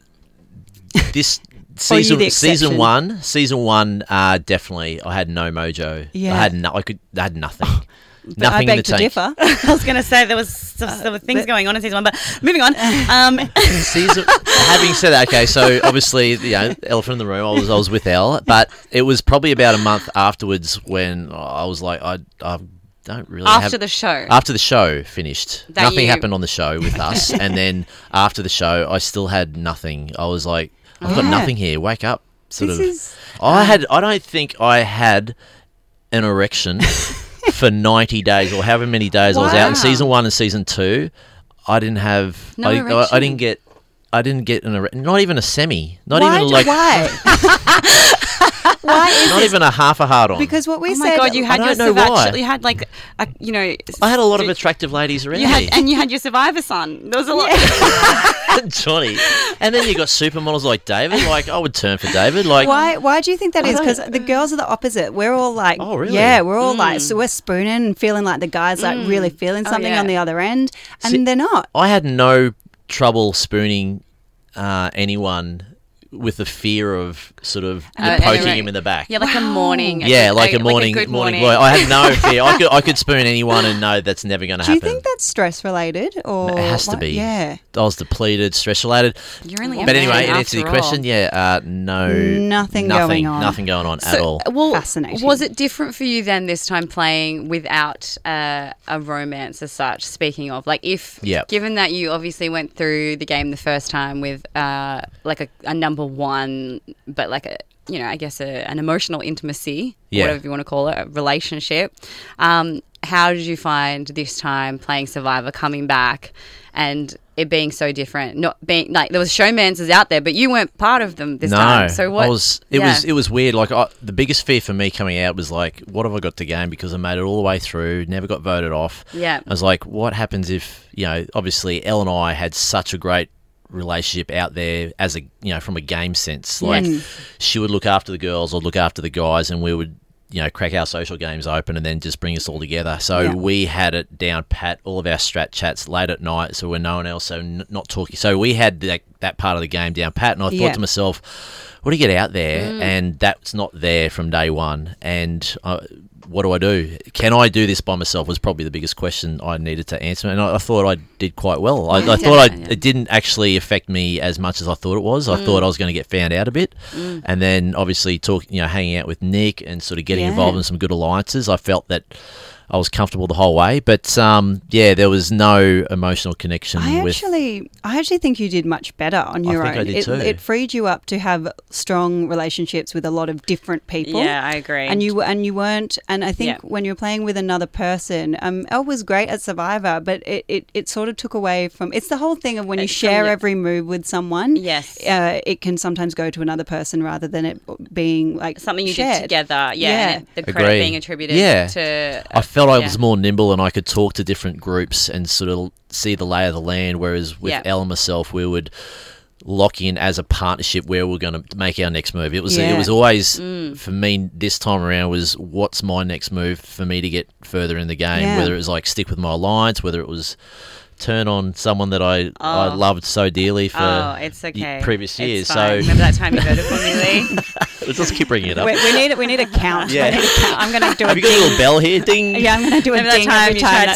B: this
A: Or are you
B: season,
A: the
B: season
A: exception?
B: one, season one, uh, definitely. I had no mojo.
A: Yeah.
B: I had no. I could. I had nothing.
A: But I
B: nothing in the
A: beg to
B: tank.
A: differ.
D: I was going to say there was some,
A: Uh,
D: there were things going on in season one, but moving on. Um,
B: Season. having said that, okay. So obviously, you know, elephant in the room. I was. I was with Elle, but it was probably about a month afterwards when I was like, I. I don't really have,
C: After the show.
B: After the show finished,
C: That
B: nothing
C: you-
B: happened on the show with us. and then after the show, I still had nothing. I was like, I've got
A: Yeah.
B: nothing here. Wake up. Sort
A: This
B: of.
A: is-
B: I had. I don't think I had an erection for ninety days or however many days I was out
C: Wow.
B: in season one and season two. I didn't have.
C: No
B: I, I, I
C: erection.
B: didn't get. I didn't get an erection. Not even a semi. Not
A: why?
B: even
A: do-
B: like.
A: why? why is
B: Not even a half a hard on.
A: because what we
C: oh my
A: said?
C: god, you had
B: I
C: your
B: don't know why.
C: survivor. You had like, a, you know,
B: I had a lot of attractive ladies around
C: You
B: me.
C: had and you had your survivor son. There was a lot.
B: Johnny. And then you got supermodels like David. Like I would turn for David. Like
A: why? Why do you think that is?
B: don't-
A: Because the girls are the opposite. We're all like,
B: Oh, really?
A: Yeah, we're all like, so we're spooning and feeling like the guys like really feeling something
C: Hmm. Mm. Oh, yeah.
A: on the other end, and
B: See-
A: they're not.
B: I had no trouble spooning uh, anyone with the fear of sort of
C: Uh,
B: you're poking
C: anyway.
B: him in the back.
C: Yeah, like a morning.
B: Yeah, like a morning,
C: good
B: morning, glory. I had no fear. I could, I could spoon anyone and know that's never going to
A: Do you
B: happen.
A: think that's stress related, or
B: it has to
A: what-
B: be.
A: Yeah,
B: I was depleted, stress related.
C: You're only a
B: But anyway,
C: man
B: in answer to your
C: after all.
B: question, yeah, uh, no,
A: Nothing going on.
B: nothing going on at all.
C: uh, Well,
A: Fascinating.
C: Was it different for you then this time playing without uh, a romance as such? Speaking of, like, if
B: Yep.
C: given that you obviously went through the game the first time with uh, like a, a number one, but like a you know, I guess a, an emotional intimacy,
B: Yeah.
C: whatever you want to call it, a relationship. Um, how did you find this time playing Survivor, coming back, and it being so different? Not being like there was showmances out there, but you weren't part of them this
B: no,
C: time. So what?
B: I was it
C: yeah.
B: was it was weird. Like I, the biggest fear for me coming out was like, what have I got to gain? Because I made it all the way through, never got voted off.
C: Yeah.
B: I was like, what happens if you know? Obviously, Elle and I had such a great relationship out there as a you know from a game sense. Like
C: Mm.
B: she would look after the girls, I'd look after the guys, and we would you know crack our social games open and then just bring us all together. So
A: Yeah.
B: we had it down pat. All of our strat chats late at night, so we're no one else, so n- not talking. So we had that that part of the game down pat, and I thought
A: Yeah. Mm.
B: to myself, what do you get out there? And that's not there from day one. And I, what do I do? Can I do this by myself? Was probably the biggest question I needed to answer, and I, I thought I did quite well. I, I
C: Yeah,
B: thought I
C: yeah.
B: it didn't actually affect me as much as I thought it was.
A: Mm.
B: I thought I was going to get found out a bit, and then obviously talking, you know, hanging out with Nick and sort of getting
A: Yeah.
B: involved in some good alliances. I felt that. I was comfortable the whole way, but um, yeah, there was no emotional connection
A: I
B: with
A: actually, I actually think you did much better on
B: I
A: your
B: think I
A: own.
B: did
A: it,
B: too.
A: it freed you up to have strong relationships with a lot of different people.
D: Yeah, I agree.
A: And you and you weren't. And I think
D: Yeah.
A: when you're playing with another person, um, Elle was great at Survivor, but it, it, it sort of took away from. It's the whole thing of when you
D: It's Uh, from
A: share
D: the-
A: every move with someone.
D: Yes.
A: uh, it can sometimes go to another person rather than it being like
D: something you did
A: shared.
D: together. Yeah, and it- the credit
B: Agree.
D: being attributed
B: Yeah.
D: to.
B: I felt I
D: yeah.
B: was more nimble and I could talk to different groups and sort of see the lay of the land. Whereas with
D: Yeah.
B: Elle and myself, we would lock in as a partnership where we're going to make our next move. It was
A: Yeah.
B: it was always
D: Mm.
B: for me this time around was what's my next move for me to get further in the game.
A: Yeah.
B: Whether it was like stick with my alliance, whether it was turn on someone that I I
D: Oh.
B: loved so dearly for
D: Oh, it's
B: y-
D: okay.
B: previous
D: It's
B: years.
D: fine.
B: So
D: remember that time you voted for me, Lee?
B: let's just keep bringing it up.
A: We, we need we need a count. We
B: Yeah.
A: need a count. I'm going to do
B: Have
A: a
B: you got a little bell here? Ding.
A: Yeah, I'm going to do a
D: Remember that
A: ding
D: time
A: every
D: you
A: time
D: tried
A: that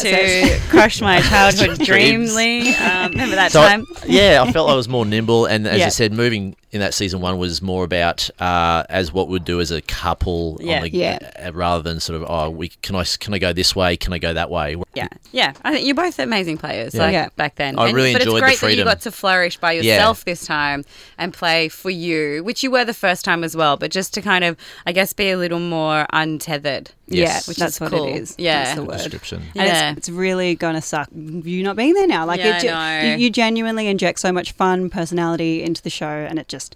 A: says-
D: to crush my childhood dream,
B: Dreams.
D: Lee? Um, remember that
B: So I-
D: time?
B: yeah, I felt I was more nimble, and as
A: Yeah.
B: I said, moving in that season one was more about uh, as what we'd do as a couple,
D: Yeah.
B: on the,
A: Yeah.
B: uh, rather than sort of oh, we can I s- can I go this way, can I go that way?
C: Yeah, yeah. I think you're both amazing players.
B: Yeah.
C: Like
A: Yeah.
C: back then,
B: I really
C: but
B: enjoyed the
C: it's great that you
B: freedom.
C: got to flourish by yourself this time and play for you, which you were the first time as well. But just to kind of, I guess, be a little more untethered.
A: Yeah,
B: Yes.
C: Which
A: which that's
C: is
A: what
C: cool.
A: it is.
C: Yeah.
A: that's the word.
B: Description.
A: And
C: Yeah.
A: it's, it's really gonna suck you not being there now. Like
C: Yeah,
A: it, ju-
C: I know.
A: you, you genuinely inject so much fun, personality into the show, and it just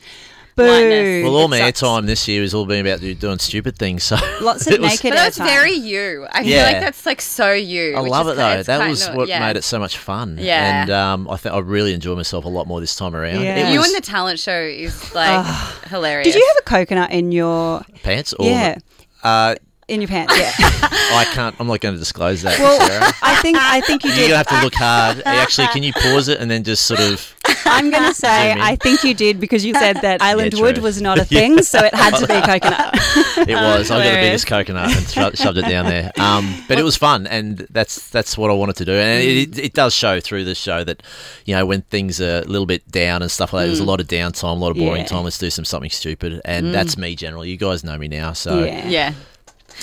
A: boo.
D: Lightness.
B: Well, all my
A: It sucks.
B: airtime this year has all been about you doing stupid things. So
A: Lots of
B: it was-
A: naked
C: But that's
A: airtime.
C: very you. I feel
B: Yeah.
C: like that's like so you.
B: I
C: which
B: love
C: is
B: it
C: ki-
B: though.
C: it's
B: That
C: kind
B: was
C: of-
B: what
C: yeah.
B: made it so much fun.
C: Yeah.
B: and um, I think I really enjoy myself a lot more this time around.
A: Yeah.
B: It
C: You
B: was
C: and the talent show is like hilarious.
A: Did you have a coconut in your
B: pants, or
A: yeah
B: uh,
A: in your pants? Yeah.
B: I can't. I'm not going to disclose that.
A: well,
B: Sarah.
A: I think I think you
B: You're
A: did.
B: gonna have to look hard. Actually, can you pause it and then just sort of?
A: I'm gonna say
B: Zoom in.
A: I think you did because you said that Island Wood
B: true.
A: was not a thing, so it had to be coconut.
B: It was. I got the
D: hilarious.
B: biggest coconut and sho- shoved it down there. Um, but it was fun, and that's that's what I wanted to do. And it, it, it does show through the show that you know when things are a little bit down and stuff like that. There's a lot of downtime, a lot of boring
A: Yeah.
B: time. Let's do some something stupid, and that's me generally. You guys know me now, so
A: Yeah.
C: Yeah.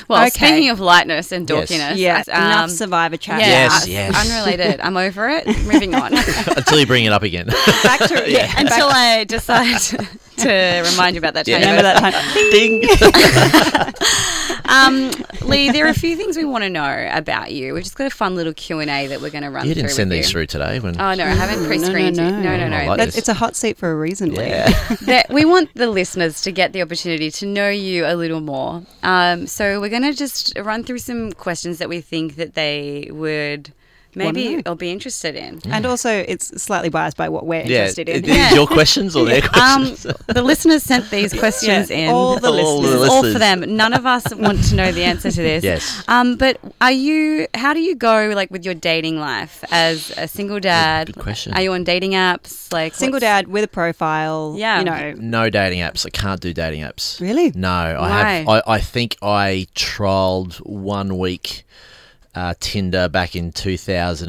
C: Well,
A: Okay.
C: speaking of lightness and
B: Yes.
C: dorkiness,
A: Yeah,
C: um,
A: enough Survivor chat.
C: yeah,
B: Yes,
C: uh,
B: yes.
C: unrelated. I'm over it. Moving on.
B: until you bring it up again.
A: back to yeah. and back-
C: Until I decide to remind you about that.
B: Yeah.
C: time.
A: remember that time.
B: Ding.
C: Um, Lee, there are a few things we want to know about you. We've just got a fun little Q and A that we're going to run.
B: you didn't
C: through
B: send
C: with
B: these
C: you.
B: through today. When
C: Oh no, I haven't pre-screened
A: no,
C: you.
A: no.
C: No, no,
B: I
C: no. That's-
B: like
A: That's, it's a hot seat for a reason. Lee.
B: yeah.
C: that- we want the listeners to get the opportunity to know you a little more. Um, so we're going to just run through some questions that we think that they would maybe or be interested in.
A: And also, it's slightly biased by what we're
B: Mm. yeah.
A: interested in.
B: These your questions or their
C: Um,
B: questions?
C: the listeners sent these questions
A: Yeah,
C: in.
A: all the
B: All the
C: This
A: listeners.
C: is all for
B: listeners.
C: them. None of us want to know the answer to this.
B: Yes.
C: Um, but are you? How do you go like with your dating life as a single dad?
B: Good question.
C: Are you on dating apps? Like
A: Single
C: what's-
A: dad with a profile.
C: Yeah.
A: You know.
B: no dating apps. I can't do dating apps.
A: Really?
B: No, I have.
C: Why?
B: I, I think I trialed one week uh, Tinder back in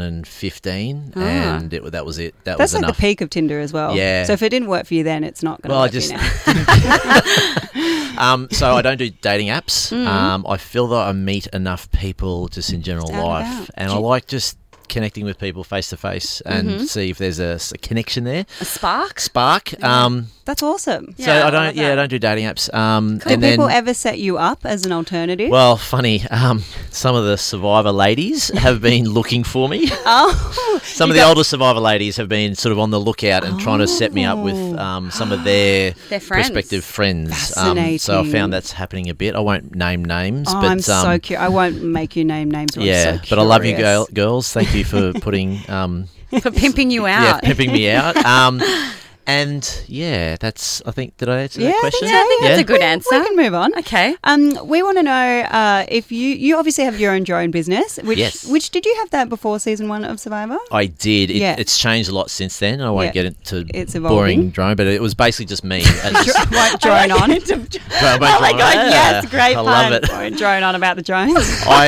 B: 2015, and it, that was it. That
A: Ah. That's
B: was
A: like
B: enough.
A: the peak of Tinder as well.
B: Yeah.
A: So if it didn't work for you then, it's not going to
B: Well, I
A: work
B: just-
A: for you now.
B: Um, so I don't do dating apps.
A: Mm-hmm.
B: Um, I feel that I meet enough people just in general
A: Just out and about.
B: life, and I like just connecting with people face to face and
A: Mm-hmm.
B: see if there's a, s- a connection there.
C: a spark?
B: Spark. Um,
A: That's awesome.
B: so
C: Yeah,
B: I
C: I
B: don't.
C: love
B: yeah,
C: that.
B: I don't do dating apps. Um,
A: Do
B: and
A: people
B: then,
A: ever set you up as an alternative?
B: Well, funny. Um, some of the survivor ladies have been looking for me.
A: oh.
B: Some of the older survivor ladies have been sort of on the lookout and trying to set me up with
A: Oh.
B: um, some of their,
C: Their friends.
B: prospective friends. Um, so I
A: Fascinating.
B: found that's happening a bit. I won't name names,
A: Oh,
B: but
A: I'm
B: um,
A: so cute. I won't make you name names. but I'm
B: yeah.
A: so
B: but I love you,
A: curious.
B: girl, girls. Thank you for putting um,
C: for pimping you
B: yeah
C: out.
B: pimping me out. Um, And yeah, that's. I think did I answer
A: Yeah,
B: that
A: I think
B: question?
A: so. I think
B: yeah.
C: that's a good
A: We
C: answer.
A: can move on.
D: Okay.
A: Um, we want to know uh, if you you obviously have your own drone business. Which
B: Yes.
A: which did you have that before season one of Survivor?
B: I did. It,
A: Yeah.
B: It's changed a lot since then. I won't
A: Yeah.
B: get into
A: It's evolving.
B: boring drone, but it was basically just me. and just-
A: Dr- won't drone on.
B: Drone by
A: oh my
B: drone.
A: god! Yes,
B: Yeah.
A: great
B: I
A: pun.
B: love it.
A: Won't drone on about the drones.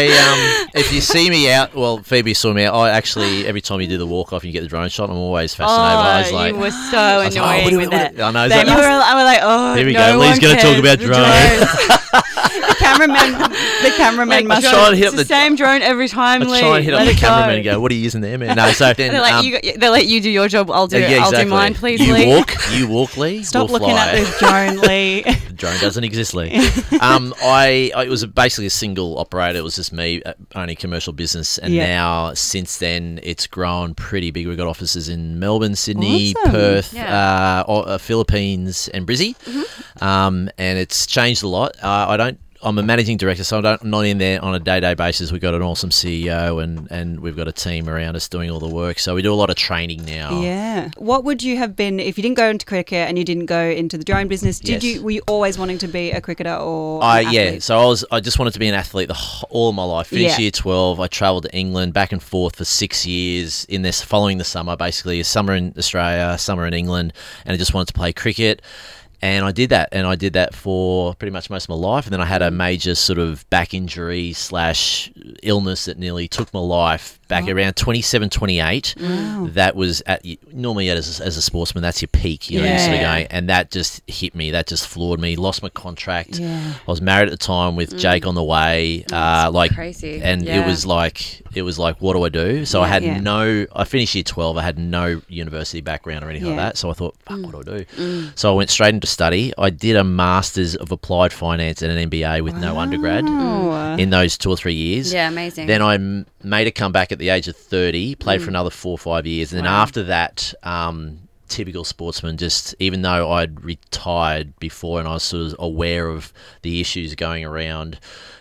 B: I um, if you see me out, well, Phoebe saw me out. I actually every time you do the walk off and you get the drone shot, I'm always fascinated. I was like,
D: Oh, you were so
B: I was like, oh,
D: annoying
B: what do we-
D: with
B: what
D: it.
B: do- I know. it's
D: Then you
B: like-
D: were, I was like, oh,
B: Here we
D: no
B: go. Lee's
D: one
B: gonna talk
D: cares.
B: about
D: The
B: drones.
A: the cameraman, the cameraman
D: Like,
A: must
B: drone- Try and hit
D: it's
B: up
D: the
B: the-
D: same drone every time.
B: I
D: Lee.
B: try and hit up
D: Let
B: the
D: it
B: cameraman and go, "What are you using there, man?" No, so then
D: They're like,
B: um,
D: you, go- they're like, you do your job, I'll do,
B: yeah,
D: I'll
B: exactly.
D: do mine, please,
B: You
D: Lee.
B: walk, you walk, Lee.
A: Stop
B: we'll
A: looking
B: fly.
A: at the drone, Lee.
B: The drone doesn't exist, Lee. um, I, I it was basically a single operator. It was just me, uh, only commercial business. And
A: Yeah.
B: now, since then, it's grown pretty big. We've got offices in Melbourne, Sydney,
A: Awesome.
B: Perth,
C: Yeah.
B: uh, o- uh, Philippines, and Brizzy.
A: Mm-hmm.
B: Um, and it's changed a lot. Uh, I don't. I'm a managing director, so I don't, I'm not in there on a day-to-day basis. We've got an awesome CEO, and, and we've got a team around us doing all the work. So we do a lot of training now.
A: Yeah. What would you have been if you didn't go into cricket and you didn't go into the drone business? Did
B: Yes.
A: you were you always wanting to be a cricketer or?
B: I
A: an
B: yeah,
A: athlete?
B: so I was I just wanted to be an athlete the wh- all my life. Finished
A: Yeah.
B: year twelve, I travelled to England back and forth for six years. In this following the summer, basically a summer in Australia, summer in England, and I just wanted to play cricket. And I did that, and I did that for pretty much most of my life. And then I had
A: Mm.
B: a major sort of back injury slash illness that nearly took my life back
A: Oh.
B: around 27, 28. That was at normally as, as a sportsman, that's your peak. You know, you're sort of
A: Yeah.
B: going, and that just hit me. That just floored me. Lost my contract.
A: Yeah.
B: I was married at the time with
A: Mm.
B: Jake on the way. Uh, like
C: crazy.
B: and
C: Yeah.
B: it was like it was like, what do I do? So I had
A: yeah.
B: no. I finished year twelve. I had no university background or anything
A: Yeah. Mm.
B: like that. So I thought, fuck, what do I do? So I went straight into study. I did a masters of applied finance and an MBA with no undergrad
A: Oh.
B: Mm. in those two or three years.
C: Yeah, amazing. Mm.
B: Then I m- made a comeback at the age of 30, played for another four or five years. And then after that, um, typical sportsman, just even though I'd retired before and I was sort of aware of the issues going around,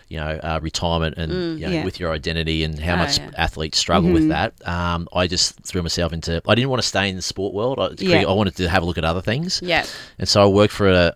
B: you know, uh, retirement and you know,
A: Yeah.
B: with your identity and how
C: Mm, Oh,
B: much
C: yeah. Mm-hmm.
B: athletes struggle with that, um, I just threw myself into, I didn't want to stay in the sport world. I,
A: Yeah.
B: I wanted to have a look at other things.
C: yeah.
B: And so I worked for a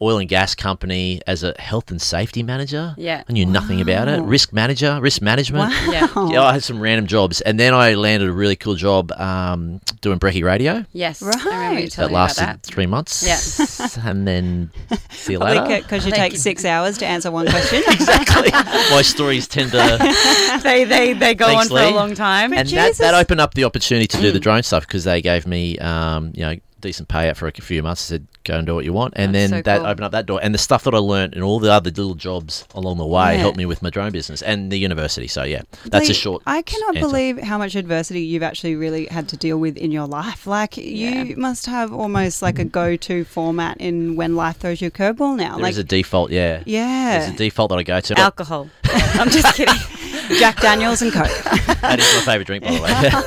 B: oil and gas company as a health and safety manager.
C: Yeah.
B: I knew nothing about it. Risk manager, risk management.
C: Yeah.
B: Yeah, I had some random jobs, and then I landed a really cool job um, doing Brekkie Radio.
C: Yes. I remember you
A: Right.
C: telling
B: that
C: me about
B: lasted
C: that.
B: three months.
C: Yeah.
B: and then see you later.
A: Because you take six hours to answer one question.
B: exactly. My stories tend to
D: They, they, they go
B: Thanks,
D: on for
B: Lee.
D: a long time.
B: and that,
A: Jesus.
B: that opened up the opportunity to do the drone stuff because they gave me um, you know decent payout for a few months. They said go and do what you want, and
C: That's
B: then
C: so
B: that
C: cool.
B: opened up that door. And the stuff that I learned and all the other little jobs along the way
A: Yeah.
B: helped me with my drone business and the university. So yeah, that's a
A: Like,
B: short.
A: I cannot
B: answer.
A: believe how much adversity you've actually really had to deal with in your life. Like you must have almost like a go-to format in when life throws you a curveball now.
B: Mm-hmm. there is
A: like
B: a default. Yeah, there's
A: yeah,
B: a default that I go to.
D: Alcohol. I'm just kidding.
A: Jack Daniels and Coke.
B: That is my favourite drink, by the way. yeah,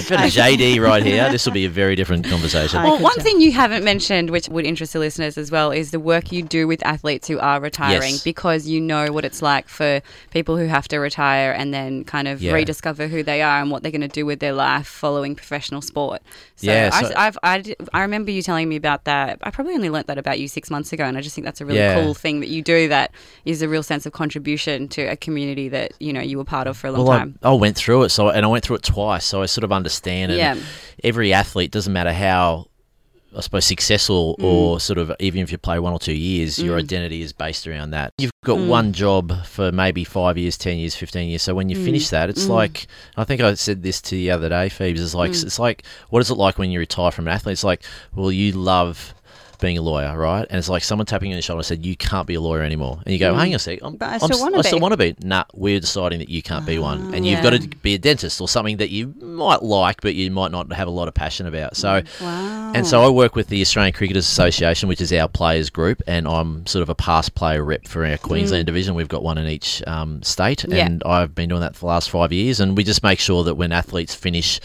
B: bit of JD right here. This will be a very different conversation.
A: I
C: Well,
A: could
C: one
A: tell.
C: thing you haven't mentioned, which would interest the listeners as well, is the work you do with athletes who are retiring
B: Yes.
C: because you know what it's like for people who have to retire and then kind of
B: Yeah.
C: rediscover who they are and what they're going to do with their life following professional sport. So,
B: Yeah,
C: I,
B: so-
C: I've, I, di- I remember you telling me about that. I probably only learnt that about you six months ago, and I just think that's a really
B: Yeah.
C: cool thing that you do that is a real sense of contribution to a community that, you know, you were part of for a long
B: well,
C: time.
B: I, I went through it, so and I went through it twice, so I sort of understand. And
C: Yeah.
B: every athlete doesn't matter how. I suppose successful
A: Mm.
B: or sort of even if you play one or two years, your identity is based around that. You've got
A: Mm.
B: one job for maybe five years, ten years, fifteen years. So when you
A: Mm.
B: finish that, it's like I think I said this to you the other day, Phoebes. It's
A: Mm.
B: like it's like what is it like when you retire from an athlete? It's like well, you love being a lawyer, right? And it's like someone tapping you on the shoulder and said you can't be a lawyer anymore, and you go, hang on a sec, I'm,
A: Mm. But I
B: I'm
A: still
B: s-
A: wanna
B: I still
A: be.
B: want to be. Nah, we're deciding that you can't be one, and you've
C: Yeah.
B: got to be a dentist or something that you might like, but you might not have a lot of passion about. So,
A: Wow.
B: and so I work with the Australian Cricketers Association, which is our players group, and I'm sort of a past player rep for our Queensland
A: Mm.
B: division. We've got one in each um, state,
C: Yeah.
B: and I've been doing that for the last five years. And we just make sure that when athletes finish,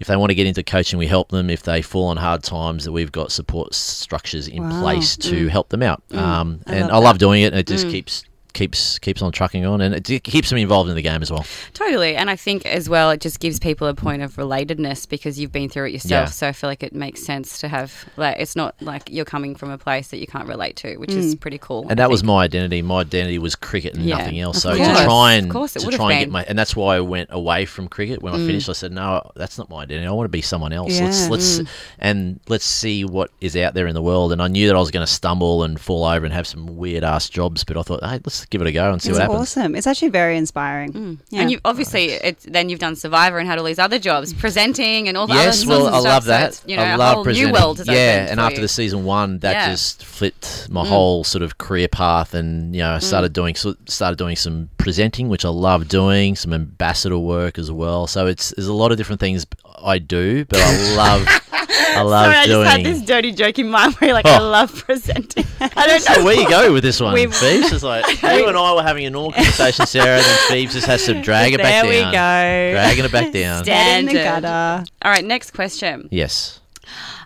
B: if they want to get into coaching, we help them. If they fall on hard times, that we've got support structures in
A: Wow. Mm.
B: place to help them out. Um, and
A: love Mm.
B: I love doing it, and it just keeps keeps keeps on trucking on, and it d- keeps them involved in the game as well.
C: Totally. And I think as well, it just gives people a point of relatedness because you've been through it yourself.
B: Yeah.
C: So I feel like it makes sense to have, like, it's not like you're coming from a place that you can't relate to, which
D: Mm.
C: is pretty cool.
B: And that was my identity. My identity was cricket and
C: Yeah,
B: nothing
C: of
B: else. So
C: course.
B: to try and
C: Of course it
B: to
C: would've
B: try
C: been.
B: and
C: Mm.
B: get my and that's why I went away from cricket when I finished. I said, no, that's not my identity. I want to be someone else.
A: Yeah.
B: Let's let's
C: mm.
B: and let's see what is out there in the world. And I knew that I was going to stumble and fall over and have some weird ass jobs. But I thought, hey, let's give it a go and see
A: It's
B: what happens.
A: awesome. It's actually very inspiring. Yeah.
C: And you obviously, it's, then you've done Survivor and had all these other jobs,
D: Mm.
C: presenting and all the
B: Yes,
C: other
B: well,
C: sorts
B: I
C: of
B: love
C: stuff.
B: that.
C: So it's, you know,
B: I
C: a
B: love
C: whole
B: presenting.
C: new world has
B: yeah,
C: opened
B: and
C: for
B: after
C: you.
B: the season one, that
C: Yeah. Mm.
B: just flipped my whole sort of career path, and you know, I started doing so started doing some presenting, which I love doing, some ambassador work as well. So it's there's a lot of different things I do, but I love I love
D: Sorry, I
B: doing.
D: just had this dirty joke in mind where you're like, I
B: Oh.
D: love presenting. I don't
B: So
D: know.
B: where you go with this one,
D: We've-
B: Phoebes? It's like you and I were having a normal conversation, Sarah, and then Phoebes just has to drag it back
D: there we
B: down.
D: go.
B: Dragging it back down.
A: Dead in the
C: Standard.
A: gutter.
C: All right, next question.
B: Yes.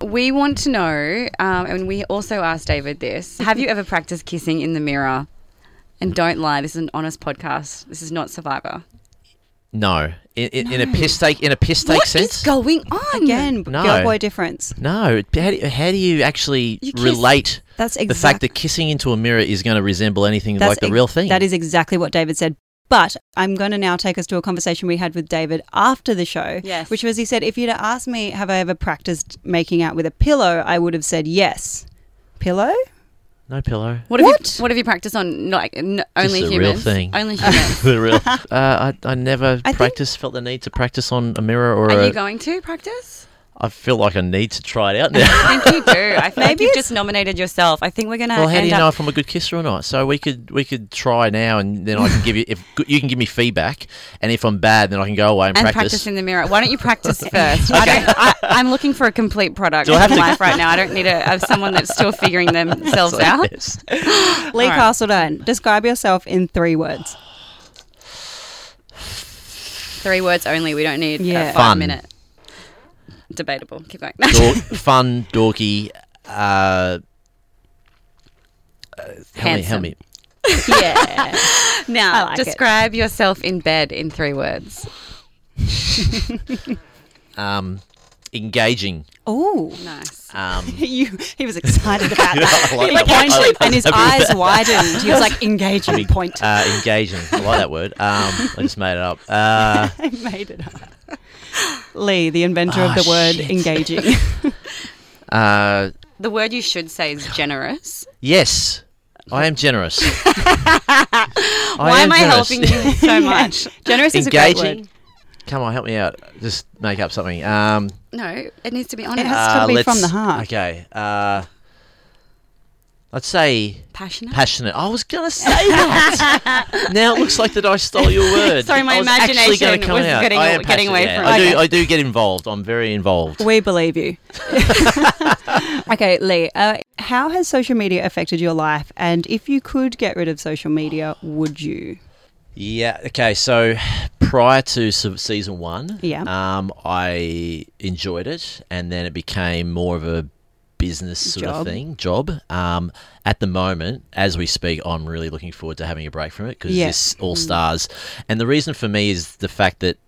C: We want to know, um, and we also asked David this Have you ever practiced kissing in the mirror? And don't lie, this is an honest podcast. This is not Survivor.
B: No. In, in, in a piss take in a piss take
C: What is
B: sense.
C: going on?
A: Again,
B: No.
A: girl boy difference.
B: No. How do, how do you actually
A: You kiss-
B: relate
A: That's exactly
B: the fact that kissing into a mirror is going to resemble anything like the real thing?
A: That is exactly what David said. But I'm going to now take us to a conversation we had with David after the show,
C: Yes.
A: which was he said, if you'd have asked me, have I ever practiced making out with a pillow, I would have said yes. Pillow?
B: no pillow.
C: What have
A: What?
C: you What have you practiced on? Like n-
B: Just
C: only
B: the real
C: humans.
B: thing.
C: Only humans.
B: the real. Uh, I I never
A: think-
B: practiced. Felt the need to practice on a mirror or
C: Are
B: a.
C: you going to practice?
B: I feel like I need to try it out now.
C: I think you do. I feel like
A: Maybe
C: you've
A: it's-
C: just nominated yourself. I think we're gonna
B: Well, how do
C: end
B: you know
C: up.
B: if I'm a good kisser or not? So we could we could try now, and then I can give you if you can give me feedback, and if I'm bad, then I can go away and,
C: And practice.
B: practice.
C: in the mirror. Why don't you practice first? I don't, I, I'm looking for a complete product
B: Do I
C: in
B: have to-
C: life right now. I don't need a, of someone that's still figuring themselves out.
B: Yes.
A: Lee
C: All right.
A: Castledine, describe yourself in three words.
C: Three words only. We don't need
A: Yeah.
C: a five
B: Fun.
C: minute. Debatable. Keep going.
B: Dor- fun, dorky, uh, uh, help me, help
C: Handsome.
B: me.
A: Yeah. I
C: now,
A: like it.
C: describe yourself in bed in three words.
B: Um, engaging.
A: Ooh.
C: Nice.
B: Um,
A: You, he was excited about
B: Yeah,
A: that.
B: I like
A: He
B: that.
A: pointed
B: I like
A: and his
B: that.
A: eyes widened. He was like, engaging
B: mean,
A: point.
B: uh, engaging. I like that word. Um, I just made it up. Uh,
A: I made it up. Lee, the inventor of
B: Ah,
A: the word
B: shit.
A: engaging.
B: uh,
C: The word you should say is generous.
B: yes, I am generous.
C: Why am I helping you so much?
A: Generous is a great word.
B: Engaging. Come on, help me out. Just make up something. Um,
C: No, it needs to be honest.
A: has- It's gotta
B: uh,
A: be
B: let's-
A: from the heart.
B: Okay. Uh, I'd say
C: Passionate.
B: passionate. I was gonna say that. now it looks like that I stole your word.
C: Sorry, my
B: I was actually
C: imagination
B: gonna come
C: was
B: out.
C: getting
B: I am
C: aw- getting
B: passionate,
C: away
B: yeah.
C: from
B: I
C: it.
B: do. I do get involved. I'm very involved.
A: We believe you. okay, Lee, uh, how has social media affected your life? And if you could get rid of social media, would you?
B: Yeah. Okay. So prior to se- season one,
A: Yeah.
B: um, I enjoyed it, and then it became more of a business sort
A: Job.
B: of thing, job. Um, at the moment, as we speak, I'm really looking forward to having a break from it because
A: Yeah. Mm.
B: this all stars, and the reason for me is the fact that.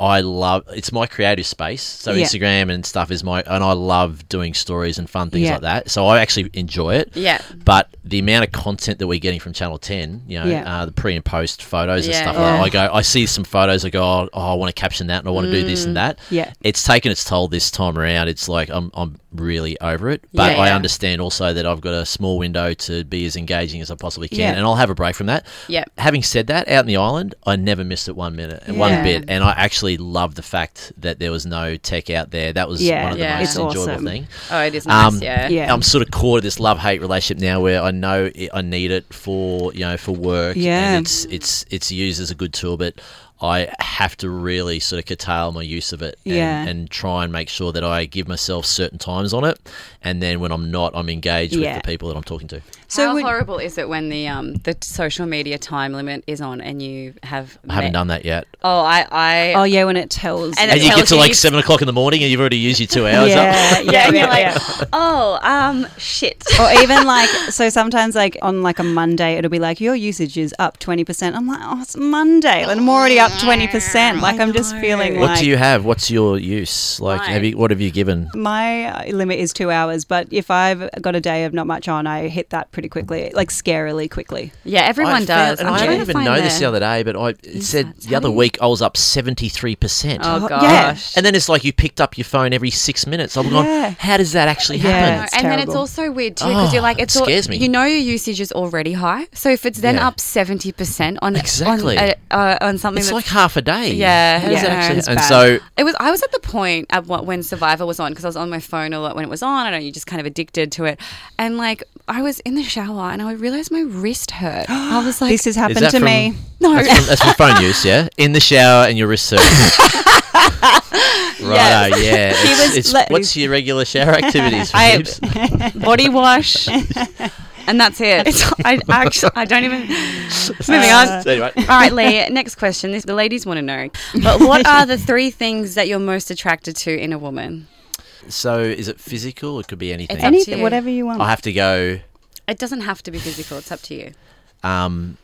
B: I love it's my creative space. So
A: Yeah.
B: Instagram and stuff is my and I love doing stories and fun things
A: Yeah.
B: like that. So I actually enjoy it.
C: Yeah.
B: But the amount of content that we're getting from Channel 10, you know,
A: Yeah.
B: uh, the pre and post photos and
C: Yeah,
B: stuff
C: yeah.
B: like that, I go, I see some photos, I go, oh, oh, I want to caption that and I want to do this and
C: Mm.
B: that.
A: Yeah.
B: It's taken its toll this time around. It's like I'm, I'm really over it. But
C: Yeah,
B: I
C: yeah.
B: understand also that I've got a small window to be as engaging as I possibly can
A: Yeah.
B: and I'll have a break from that.
C: Yeah.
B: Having said that, out in the island, I never missed it one minute, one
A: Yeah.
B: bit. And I actually love the fact that there was no tech out there. That was
A: Yeah,
B: one of the
C: Yeah.
B: most
C: it's
B: enjoyable
A: awesome.
B: thing.
C: Oh, it is nice.
B: Um,
C: yeah.
A: Yeah.
B: I'm sort of caught at this love hate relationship now, where I know it, I need it for you know for work.
A: Yeah.
B: and it's it's it's used as a good tool, but I have to really sort of curtail my use of it and,
A: Yeah.
B: and try and make sure that I give myself certain times on it. And then when I'm not, I'm engaged
A: Yeah.
B: with the people that I'm talking to.
A: So
C: How
A: would-
C: horrible is it when the um the social media time limit is on and you have
B: I haven't
C: met-
B: done that yet.
C: Oh, I I
A: Oh yeah, when it tells.
C: And
B: And
C: it
B: you get
C: tells
B: to
C: you
B: like
C: you-
B: seven o'clock in the morning and you've already used your two hours up.
A: yeah, yeah,
C: yeah, and
A: yeah,
C: you're like,
A: yeah.
C: oh, um, shit.
A: or even like so sometimes like on like a monday it'll be like your usage is up 20% i'm like oh it's monday and i'm already up 20% like i'm just feeling
B: What
A: like
B: do you have? What's your use? Like, have
C: Mine.
B: you, what have you given?
A: my uh, limit is two hours but if i've got a day of not much on i hit that pretty quickly like scarily quickly
C: Yeah, everyone
B: I
C: does.
B: Found, and
C: I'm
B: I
C: trying
B: didn't
C: to
B: even
C: find
B: know this
C: the-
B: the other day, but I it said
C: insights.
B: the other week I was up seventy three percent.
C: Oh
A: Oh,
C: gosh.
A: yeah.
B: And then it's like you picked up your phone every six minutes. I'm
A: Yeah.
B: going, how does that actually
A: Yeah.
B: happen?
A: It's
C: and then it's
A: terrible.
C: also weird too because
B: Oh,
C: you're like
B: it
C: it's all,
B: scares me.
C: you know your usage is already high so if it's then
B: Yeah.
C: up 70% on
B: Exactly.
C: on, uh, uh, on something
B: It's
C: that's
B: like half a day.
C: Yeah,
B: How does
A: yeah.
B: that actually?
A: It's
B: and
A: bad.
B: so
C: It was. I was at the point at what when Survivor was on because I was on my phone a lot when it was on. I don't know. You just kind of addicted to it. And like I was in the shower and I realized my wrist hurt. I was like,
A: this has
B: is
A: happened
B: that
A: to
B: from,
A: me
C: no.
B: That's from, that's from phone use, yeah. In the shower and your wrist hurts. Right, yeah.
A: He
B: It's-
A: was
B: it's-
A: let-
B: what's your regular shower activities?
C: I-
B: Phoebes?
C: body wash, and that's it. It's, I actually I don't even. Moving on.
B: So anyway,
C: All right, Lee. Next question. This, the ladies want to know. But what are the three things that you're most attracted to in a woman?
B: so is it physical? It could be anything.
C: It's up to
A: anything
C: you.
A: whatever you want
B: I have to go.
C: It doesn't have to be physical. It's up to you.
B: Um,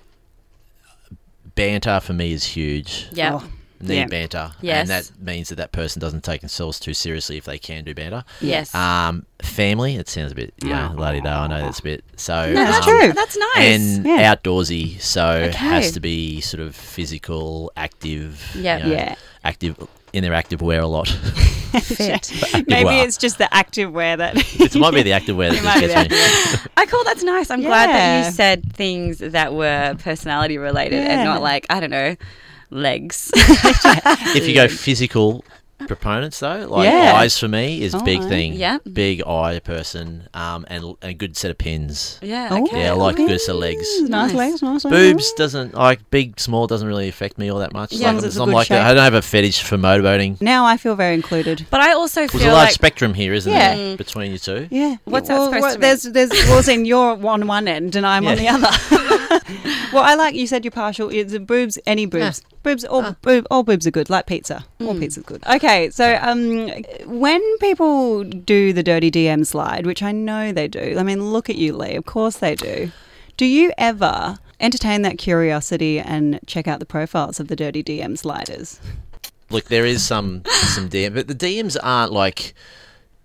B: banter for me is huge.
C: Yeah.
A: Oh,
B: Need
A: Yeah.
B: banter.
C: Yes.
B: And that means that that person doesn't take themselves too seriously if they can do banter.
C: Yes.
B: Um, family. It sounds a bit, you know, la da. I know that's a bit. So
A: No, that's
B: um,
A: true.
C: That's nice.
B: And
A: Yeah.
B: outdoorsy, so it
C: Okay.
B: has to be sort of physical, active.
C: Yep.
B: you know,
A: Yeah.
B: Active in their active wear a lot.
C: fit.
B: Active
A: maybe
B: wear.
A: it's just the active wear that
B: it might be the active wear that
A: might
B: just
A: be
B: gets me.
C: I call that's nice. I'm glad that
A: Yeah.
C: you said things that were personality related
A: Yeah.
C: and not like I don't know legs.
B: If you go physical proponents though, like
A: Yeah.
B: eyes for me is big
A: Alright.
B: thing.
C: Yep.
B: Big eye person, um, and a good set of pins.
C: yeah.
A: Oh.
C: Okay.
B: Yeah, I like
A: okay.
B: good set of legs.
A: nice
C: Nice.
A: legs nice legs.
B: Boobs doesn't like big, small doesn't really affect me all that much.
C: Yeah,
B: like,
A: as it's
B: it's
A: a
B: not
A: good
B: like
A: shape.
B: I I don't have a fetish for motorboating.
A: now i feel very included
C: But I also
B: There's a
C: feel
B: large
C: like
B: spectrum here, isn't
A: Yeah.
B: there, between you two?
A: yeah.
C: What's that supposed to mean?
A: There's, there's, well, as in you're on one end and I'm on the
B: Yeah.
A: other. well, I like you said you're partial. It's the boobs, any boobs, boobs, all
C: Ah.
A: boob, all boobs are good. Like pizza,
C: Mm.
A: all pizza's good. Okay, so um, when people do the dirty DM slide, which I know they do. I mean, look at you, Lee. Of course they do. Do you ever entertain that curiosity and check out the profiles of the dirty DM sliders?
B: Look, there is some some DM, but the DMs aren't like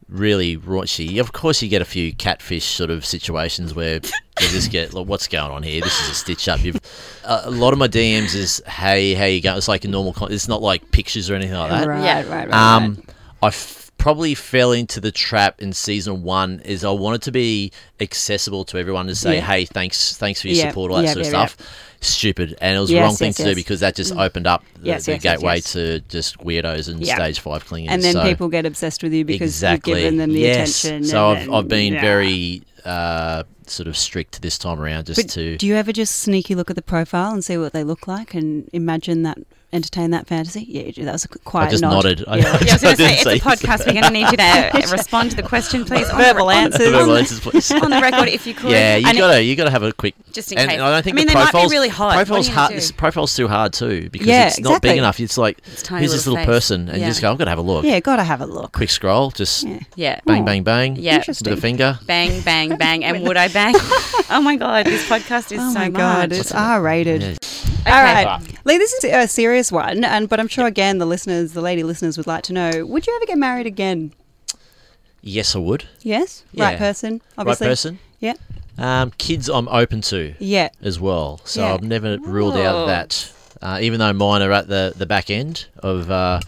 B: really raunchy. Of course, you get a few catfish sort of situations where you just get, like, what's going on here? This is a stitch up. You've, a a lot of my DMs is, hey, how you going? It's like a normal. Con- it's not like pictures or anything like that.
A: right,
C: Uh, Yeah.
A: right, right, right.
B: Um, I f- probably fell into the trap in season one is I wanted to be accessible to everyone to say,
A: Yeah.
B: hey, thanks, thanks for your
A: Yeah,
B: support, all that
A: yeah,
B: sort of
A: yeah,
B: stuff. Stupid, and it was
A: Yes,
B: the wrong thing
A: yes,
B: to
A: yes. Mm.
B: do because that just opened up the,
A: Yes,
B: the
A: yes, yes,
B: gateway
A: yes.
B: to just weirdos and
A: Yeah.
B: stage five clingers.
A: and then
B: so-
A: people get obsessed with you because
B: exactly.
A: you've given them the
B: yes.
A: attention.
B: So
A: and
B: I've,
A: then-
B: I've been
A: Yeah.
B: very uh, sort of strict this time around, just
A: But
B: to
A: do you ever just sneaky look at the profile and see what they look like and imagine that, entertain that fantasy? Yeah, you do. That was a quiet
B: I just
A: nod.
B: nodded. I,
A: Yeah.
C: Yeah, I was going to
B: didn't
C: say it's a podcast. We're going to need you to respond to the question, please. on the-
A: Verbal
C: on-
A: answers.
C: on the-
B: Verbal answers, please.
C: On the record, if you could.
B: Yeah, you
C: And it-
B: gotta you gotta have a quick
C: Just in
B: and,
C: case.
B: and I don't think
C: I mean,
B: the
C: they might be
B: profiles
C: really hot. What are
B: Profiles
C: you gonna
B: hard.
C: do?
B: This profile's too hard too because
A: Yeah,
B: it's not big
A: exactly.
B: enough. It's like
C: tiny
B: who's
C: little
B: this little
C: face.
B: person, and
C: Yeah.
B: you just go, I've got to have a look.
A: Yeah, gotta have a look.
B: Quick scroll, just
A: Yeah.
C: Yeah.
B: bang, bang, bang.
C: Yeah.
B: With
A: Interesting.
B: a finger.
C: Bang, bang, bang. And would I bang? oh my God, this podcast is
A: Oh
C: so
A: my god,
C: much.
A: it's R rated.
B: Yeah.
A: All
C: Okay.
A: right, Lee, this is a serious one, and but I'm sure again the listeners, the lady listeners, would like to know: Would you ever get married again?
B: Yes, I would.
A: Yes, right
B: Yeah.
A: person, obviously.
B: Right person.
A: Yeah,
B: Um, kids, I'm open to
A: yeah.
B: as well, so
A: Yeah.
B: I've never ruled out
C: Oh.
B: that. Uh, even though mine are at the the back end of. Uh,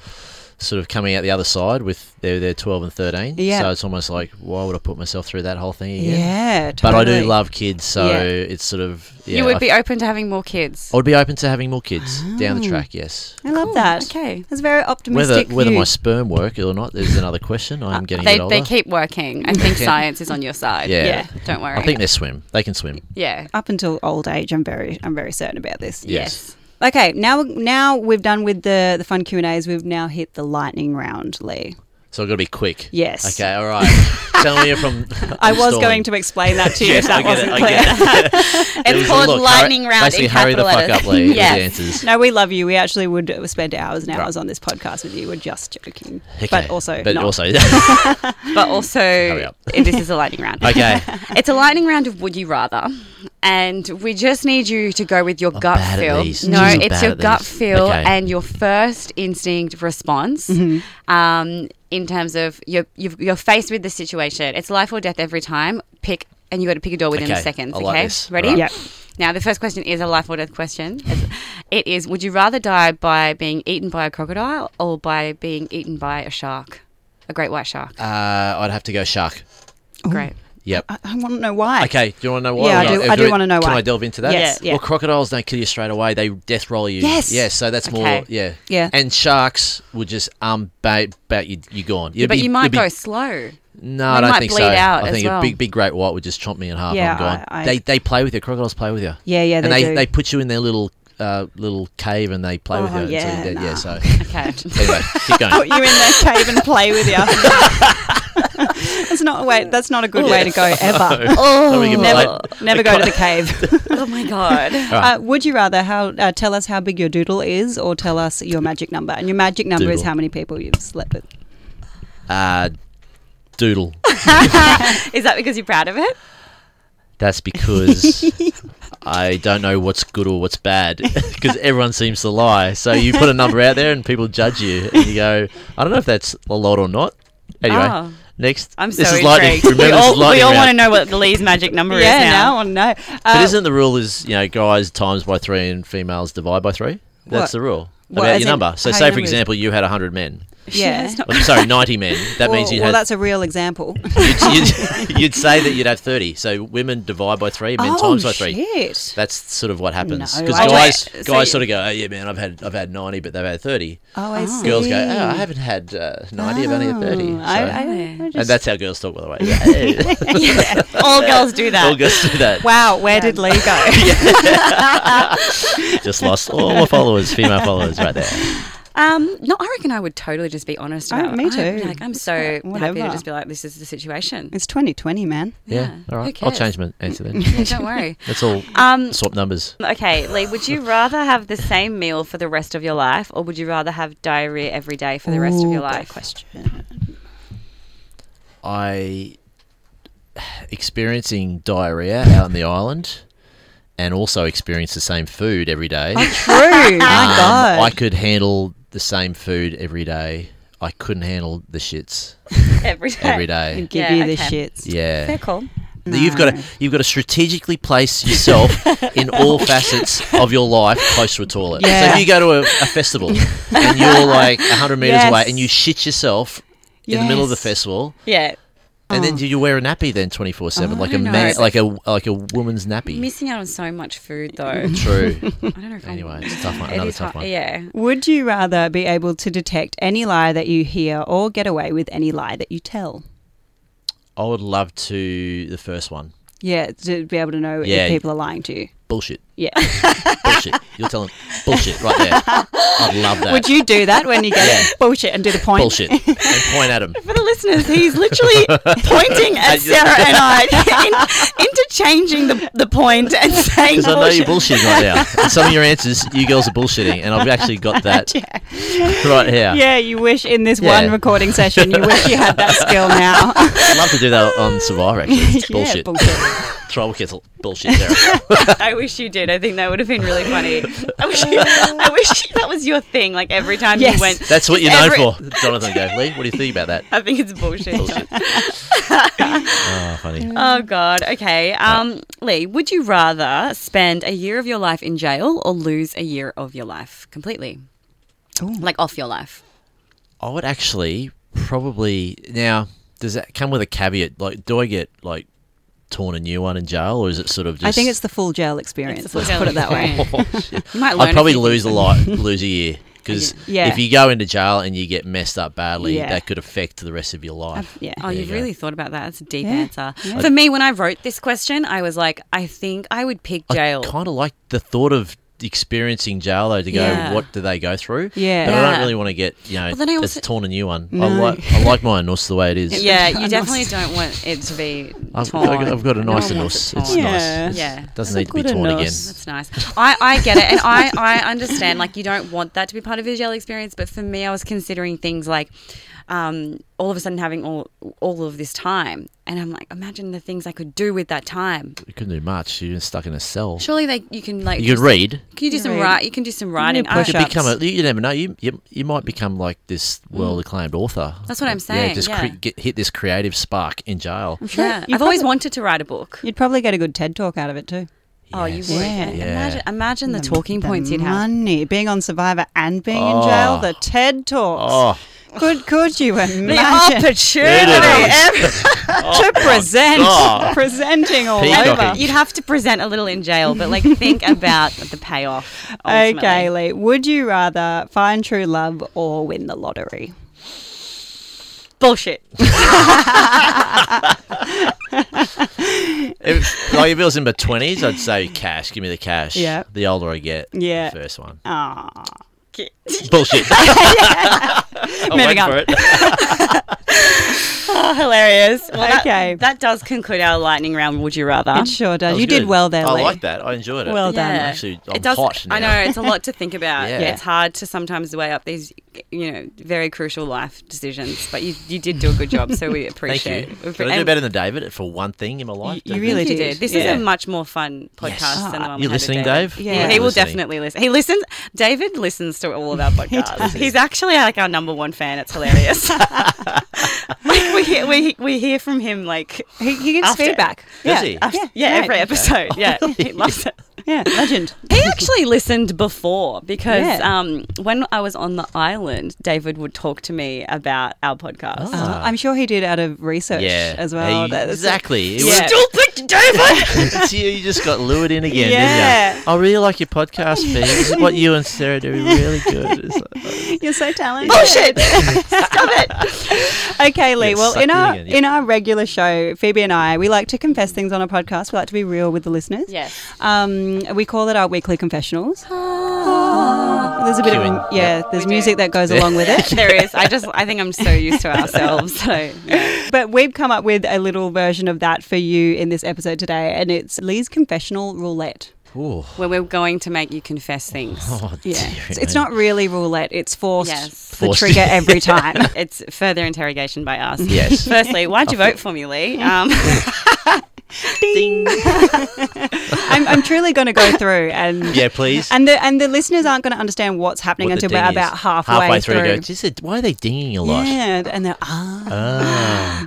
B: Sort of coming out the other side with they're, they're 12 and 13.
A: Yeah.
B: So it's almost like, why would I put myself through that whole thing again?
A: Yeah,
B: But I do
A: totally.
B: love kids, so
A: Yeah.
B: it's sort of yeah,
C: you would
B: I,
C: be open to having more kids.
B: I would be open to having more kids down the
A: Oh.
B: track. Yes.
A: I love
C: Cool,
A: that.
C: Okay.
A: That's a very
B: Whether
A: optimistic.
B: whether
A: view.
B: my sperm work or not is another question. I'm getting a
C: Uh, they,
B: bit older.
C: they keep working. I think
B: Yeah.
C: science is on your side.
B: Yeah.
A: Yeah.
C: Don't worry.
B: I think they swim. They can swim.
C: yeah.
A: up until old age, I'm very, I'm very certain about this.
B: Yes.
C: Yes.
A: Okay, now now we've done with the the fun Q and A's. We've now hit the lightning round, Lee.
B: So I've got to be quick.
A: Yes.
B: Okay, all right. Tell me if I'm.
A: I
B: I'm
A: was
B: stalling.
A: going to explain that to you
B: yes,
A: if that
B: I get
A: wasn't
B: it.
A: clear.
B: I get it. It was a
D: called
B: look,
D: lightning round in
B: Basically, hurry the
D: capital
B: fuck up,
D: letters.
B: Lee. with
C: Yes.
B: the answers.
A: No, we love you. We actually would spend hours and hours
B: Right.
A: on this podcast with you. We're just joking,
B: Okay.
A: but also
B: but
A: not.
B: also,
C: But also,
B: up.
C: this is a lightning round.
B: okay.
C: It's a lightning round of would you rather, and we just need you to go with your gut
B: bad at
C: feel.
B: these.
C: No,
B: Jeez, I'm
C: it's
B: bad
C: your
B: at
C: gut
B: these.
C: feel
B: Okay.
C: and your first instinct response.
B: Mm-hmm.
C: Um, in terms of you're, you've, you're faced with the situation, it's life or death every time. Pick, and you got to pick a door within
B: Okay,
C: seconds.
B: I
C: okay,
B: like this.
C: ready?
B: Right.
A: Yep.
C: Now, the first question is a life or death question. It is: Would you rather die by being eaten by a crocodile or by being eaten by a shark, a great white shark?
B: Uh, I'd have to go shark.
C: Great.
B: Yep.
A: I, I want to know why.
B: Okay, do you want to know why?
A: Yeah,
B: or
A: I
B: not?
A: do-
B: If
A: I do
B: we-
A: wanna know
B: Can
A: why.
B: I delve into that?
A: Yes, yeah.
B: Well, crocodiles don't kill you straight away; they death roll you.
A: Yes.
B: Yes. So that's more.
C: Okay.
B: Yeah.
A: Yeah.
B: And sharks would just um bait about you. You gone. You'd
C: but
B: be-
C: you
B: you'd
C: might
B: be-
C: go slow.
B: No, I
C: They
B: don't
C: might
B: think
C: bleed
B: so.
C: out
B: I
C: as
B: think
C: well.
B: a big, big great white would just chomp me in half.
A: Yeah,
B: I'm gone.
A: I- I-
B: They, they play with you. Crocodiles play with you.
A: Yeah, yeah,
B: and
A: they
B: they,
A: do.
B: they put you in their little uh, little cave and they play with
A: Oh,
B: you. until
A: yeah,
B: you're dead.
A: nah.
B: yeah. So
C: Okay.
B: anyway, keep
A: Put
B: going.
A: you in their cave and play with you. that's not a way. That's not a good way to go ever.
B: So we can play-
A: Never, never go to the cave.
C: oh my god.
B: Ah.
A: Uh, would you rather how uh, tell us how big your doodle is, or tell us your magic number? And your magic number is
B: Doodle.
A: how many people you've slept with. Oh.
B: Uh, doodle.
C: Is that because you're proud of it?
B: That's because I don't know what's good or what's bad because everyone seems to lie. So you put a number out there and people judge you, and you go, I don't know if that's a lot or not. Anyway,
A: Ah,
C: Oh.
B: next.
D: I'm so
B: this is lightning.
D: intrigued.
B: Remember,
D: we
B: this
D: all,
B: is lightning
D: we all
B: round.
D: want to know what Lee's magic number
A: yeah,
D: is
A: now I
D: now.
A: want to know.
B: But
A: Uh,
B: isn't the rule is you know guys times by three and females divide by three? That's
A: What?
B: the rule.
A: Well,
B: about
A: as
B: your
A: in
B: number. So
A: how
B: say
A: your
B: for
A: number is-
B: example you had hundred men.
A: yeah.
C: Yes.
B: Oh, sorry, ninety men. That
A: well,
B: means you'd,
A: well,
B: have,
A: that's a real example.
B: you'd, you'd, you'd say that you'd have thirty. So women divide by three, men
A: oh
B: times by three.
A: shit!
B: That's sort of what happens
A: No,
B: because
A: I-
B: guys,
C: Wait, so
B: guys
C: you-
B: sort of go, oh yeah, man, I've had I've had ninety, but they've had thirty.
A: Oh, I see.
B: Girls go, oh, I haven't had uh, ninety, I've only had thirty.
A: Oh,
B: So-
A: I- I- I
B: and
A: just-
B: that's how girls talk, by the way. Yeah.
D: All girls do that.
B: All girls do that.
A: wow. Where did Lee go?
B: Just lost all my followers, female followers, right there.
C: Um, no, I reckon I would totally just be honest
A: Oh,
C: about
A: me
C: it. I'm
A: too.
C: like I'm so happy
A: whatever.
C: to just be like, this is the situation.
A: It's 2020, man.
B: Yeah.
C: Yeah,
B: All
C: who
B: right. I'll
C: cares?
B: change my answer then.
C: Yeah, don't worry.
B: That's all.
C: Um,
B: swap numbers.
C: okay, Lee, would you rather have the same meal for the rest of your life, or would you rather have diarrhea every day for the rest of your life?
A: question.
B: I experiencing diarrhea out on the island, and also experience the same food every day.
A: True. My
B: Um,
A: God.
B: I could handle the same food every day. I couldn't handle the shits
C: Every day.
B: every day.
A: give
C: Yeah,
A: you the
C: okay.
A: shits.
B: Yeah.
C: Fair call.
B: Now You've got to you've got to strategically place yourself in all facets of your life close to a toilet.
A: Yeah.
B: So if you go to a, a festival and you're like 100 meters away
A: Yes.
B: and you shit yourself in the middle of the
A: Yes. Oh.
B: festival,
C: Yeah.
B: and then do you wear a nappy then 24 seven like a
C: no.
B: man, like a like a woman's nappy?
C: Missing out on so much food though. I
B: True.
C: don't know if I'm-
B: Anyway, it's a tough one.
C: It
B: Another
C: is
B: tough
C: hard-
B: one.
C: Yeah.
A: Would you rather be able to detect any lie that you hear or get away with any lie that you tell?
B: I would love to the first one.
A: Yeah, to be able to know
B: Yeah.
A: if people are lying to you.
B: Bullshit.
A: Yeah.
B: bullshit. You're telling bullshit right there. I'd love that.
A: Would you do that when you get
B: Yeah.
A: bullshit and do the point?
B: bullshit? and point at him.
D: For the listeners, he's literally pointing at Sarah and I, in, interchanging the, the point and saying
B: Because I know you're
D: bullshit.
B: bullshitting right now. And some of your answers, you girls are bullshitting, and I've actually got that right here.
A: Yeah, you wish in this
B: Yeah.
A: one recording session, you wish you had that skill now.
B: I'd love to do that on Survivor, actually. It's bullshit.
A: yeah, bullshit.
B: Tribal Kettle. Bullshit, Sarah.
C: I wish you did. I think that would have been really funny. I wish, I wish that was your thing. Like every time
A: Yes.
C: you went,
B: That's what you're
C: Every-
B: known for. Jonathan go, Lee, what do you think about that?
C: I think it's bullshit.
B: Bullshit. oh, funny.
C: Oh God. Okay. Um, Lee, would you rather spend a year of your life in jail or lose a year of your life completely, like off your life?
B: I would actually probably. Now, does that come with a caveat? Like, do I get, like, torn a new one in jail, or is it sort of just.
A: I think it's the full jail experience.
C: full
A: Let's
C: jail
A: put it that way.
C: experience. You might learn.
B: Oh, I'd
C: a
B: probably
C: few
B: lose a
C: things.
B: lot, lose a year. Because
A: Yeah.
B: if you go into jail and you get messed up badly,
A: Yeah.
B: that could affect the rest of your life.
A: Yeah.
C: Oh,
B: There
C: you've
B: you go.
C: really thought about that. That's a deep
A: Yeah.
C: answer. For me, when I wrote this question, I was like, I think I would pick jail.
B: I kind of like the thought of experiencing jail though to go,
C: Yeah.
B: what do they go through?
A: Yeah.
B: And I
C: Yeah.
B: don't really want to get you know
C: Well, then I
B: it's
C: also-
B: torn a new one. I
A: No.
B: like I like my NUS the way it is.
C: yeah,
A: Yeah,
C: you definitely
A: nice.
C: don't want it to be
B: I've,
C: torn.
B: I've got- I've got a
C: No
B: nice
C: one wants
B: NUS.
C: it
B: It's
C: torn.
A: Yeah.
B: nice. It's-
C: Yeah.
B: It doesn't
A: That's a
B: need to be
A: good
B: torn
A: NUS.
C: That's nice. I, I get it. And I, I understand, like, you don't want that to be part of your jail experience. But for me, I was considering things like um, all of a sudden having all, all of this time. And I'm like, imagine the things I could do with that time.
B: again. You couldn't do much. You're just stuck in a cell.
C: Surely they, you can, like,
B: You could
C: just-
B: read.
C: Can you do some
A: Read.
C: write? You can do some writing. Uh,
A: push
B: You
A: Perhaps.
B: become a. You never know. You you, you might become like this world
A: Mm.
B: acclaimed author.
C: That's what I'm
B: Yeah,
C: saying,
B: just
C: yeah.
B: Cre- get, hit this creative spark in jail.
A: sure
C: yeah.
A: you
C: I've always
A: probably-
C: wanted to write a book.
A: You'd probably get a good TED talk out of it too.
C: Oh, you
B: Yes.
C: would.
A: Yeah.
C: And
B: Yeah.
C: Imagine, imagine the,
A: m-
C: talking
A: the
C: points you'd have.
A: Money being on Survivor and being in jail.
B: Oh.
A: The TED talks.
B: Oh,
A: Could could you
C: oh,
A: imagine
C: opportunity.
A: to present
B: God.
A: presenting all
B: Peacocking.
A: over?
C: You'd have to present a little in jail, but like think about the payoff. Ultimately.
A: Okay, Lee. Would you rather find true love or win the lottery?
C: Bullshit.
B: If, like if it was in my twenties, I'd say cash. Give me the cash.
A: Yeah.
B: The older I get,
A: Yeah.
B: The first one.
A: Ah,
B: Bullshit. I'm
A: Moving
B: waiting
A: on.
B: for it.
C: Oh, hilarious. Well, that-
A: Okay.
C: That, does conclude our lightning round, would you rather?
A: it sure
B: That
A: does.
B: was
A: You did
B: good.
A: well there,
B: I
A: Lee.
B: like that. I enjoyed it.
A: Well done.
C: Yeah.
B: Actually, I'm
C: it does,
B: hot now.
C: I know, it's a lot to think about.
B: Yeah.
C: It's hard to sometimes weigh up these, you know, very crucial life decisions, but you, you did do a good job, so we
B: Thank
C: appreciate
B: you.
C: it. We
B: Can I do
C: and
B: better than David for one thing in my life?
A: you
B: David?
A: really
C: I think you
A: did.
C: did. This
A: Yeah.
C: is a much more fun podcast
A: Yes.
C: than the one we
B: You
C: had with
B: listening,
C: David.
B: Dave?
A: Yeah.
C: Yeah,
A: Yeah,
C: he will
B: listening.
C: definitely listen. He listens. David listens to all of our podcasts. He's actually like our number one fan. It's hilarious. like we hear, we we hear from him like
A: He, he gives
C: After-
A: feedback.
B: Does
A: yeah.
B: he?
A: after-
C: yeah
A: right.
C: every episode. Yeah, he loves it.
A: Yeah, legend.
C: He actually listened before because
A: Yeah.
C: um, when I was on the island, David would talk to me about our podcast.
B: Ah.
A: Uh, I'm sure he did out of research
B: Yeah.
A: as well.
B: He-
A: That- that's-
B: exactly. It
C: Yeah.
D: Stupid David.
B: was- See, you just got lured in again,
A: Yeah.
B: didn't you? I really like your podcast, Fee. This is what you and Sarah do really good. It's like-
A: You're so talented.
D: Bullshit. Stop it.
A: Okay, Lee.
B: Get
A: Well,
B: sucked
A: in
B: in
A: our
B: again, yeah.
A: in our regular show, Phoebe and I, we like to confess things on our podcast. We like to be real with the listeners.
C: Yes.
A: Um, we call it our weekly confessionals. There's a bit
B: Queuing.
A: of yeah. There's
C: We do.
A: music that goes along with it.
C: there is. I just I think I'm so used to ourselves. So yeah.
A: But we've come up with a little version of that for you in this episode today, and it's Lee's confessional roulette.
B: Ooh.
C: when we're going to make you confess things.
B: Oh,
A: Yeah,
B: dear
A: it's, it's
B: me.
A: not really roulette. It's forced
C: Yes.
A: the
B: Forced.
A: trigger every time.
C: It's further interrogation by us.
B: Yes.
C: Firstly, why'd you vote for me, Lee? Um,
B: Ding.
A: I'm, I'm truly going to go through and
B: Yeah, please.
A: and the and the listeners aren't going to understand what's happening
B: What the
A: until
B: ding
A: we're
B: is.
A: about halfway,
B: through. you Go, "Geez, it- why are they dinging a lot?
A: Yeah, and they're ah.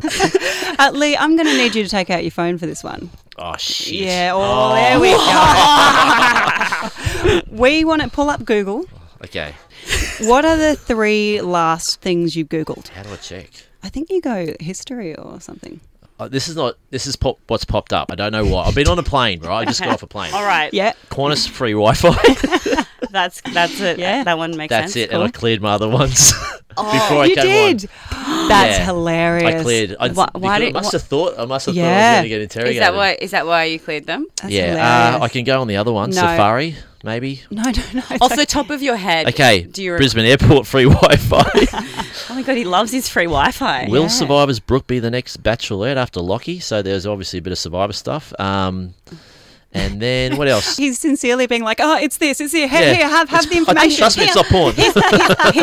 B: Ah.
A: Uh, Lee, I'm going to need you to take out your phone for this one.
B: Oh shit.
A: Yeah, oh, there we
B: Oh.
A: go. we want to pull up Google.
B: Okay.
A: What are the three last things you Googled?
B: How do I check?
A: I think you go history or something.
B: Uh, this is not. This is pop, what's popped up. I don't know why. I've been on a plane, right? I just got off a plane.
C: all right.
A: Yeah.
B: Qantas free Wi-Fi.
C: That's that's it.
A: Yeah.
C: That one makes
B: That's
C: sense.
B: it.
C: Cool.
B: And I cleared my other ones before Oh, I
A: Oh, you
B: came
A: did. That's
B: Yeah.
A: hilarious.
B: on. I cleared. I,
C: Why-
B: why,
C: why
B: I
C: did-
B: must
C: why-
B: have thought. I must have
A: Yeah.
B: thought I was going to get interrogated.
C: Is that why? Is that why you cleared them?
A: That's
B: yeah.
A: hilarious.
B: Uh, I can go on the other one.
A: No.
B: Safari, maybe.
A: No, no, no. it's
C: Off
A: okay.
C: the top of your head.
B: Okay.
C: Do you? Re-
B: Brisbane Airport free Wi-Fi.
C: oh my god, he loves his free Wi-Fi.
B: Will
A: Yeah.
B: survivors Brooke be the next Bachelorette after Lockie? So there's obviously a bit of survivor stuff. Um, and then what else?
A: He's sincerely being like, oh, it's this, it's here. Here,
B: Yeah.
A: here have, have the
B: I think,
A: information.
B: trust me, it's not porn.
C: he's,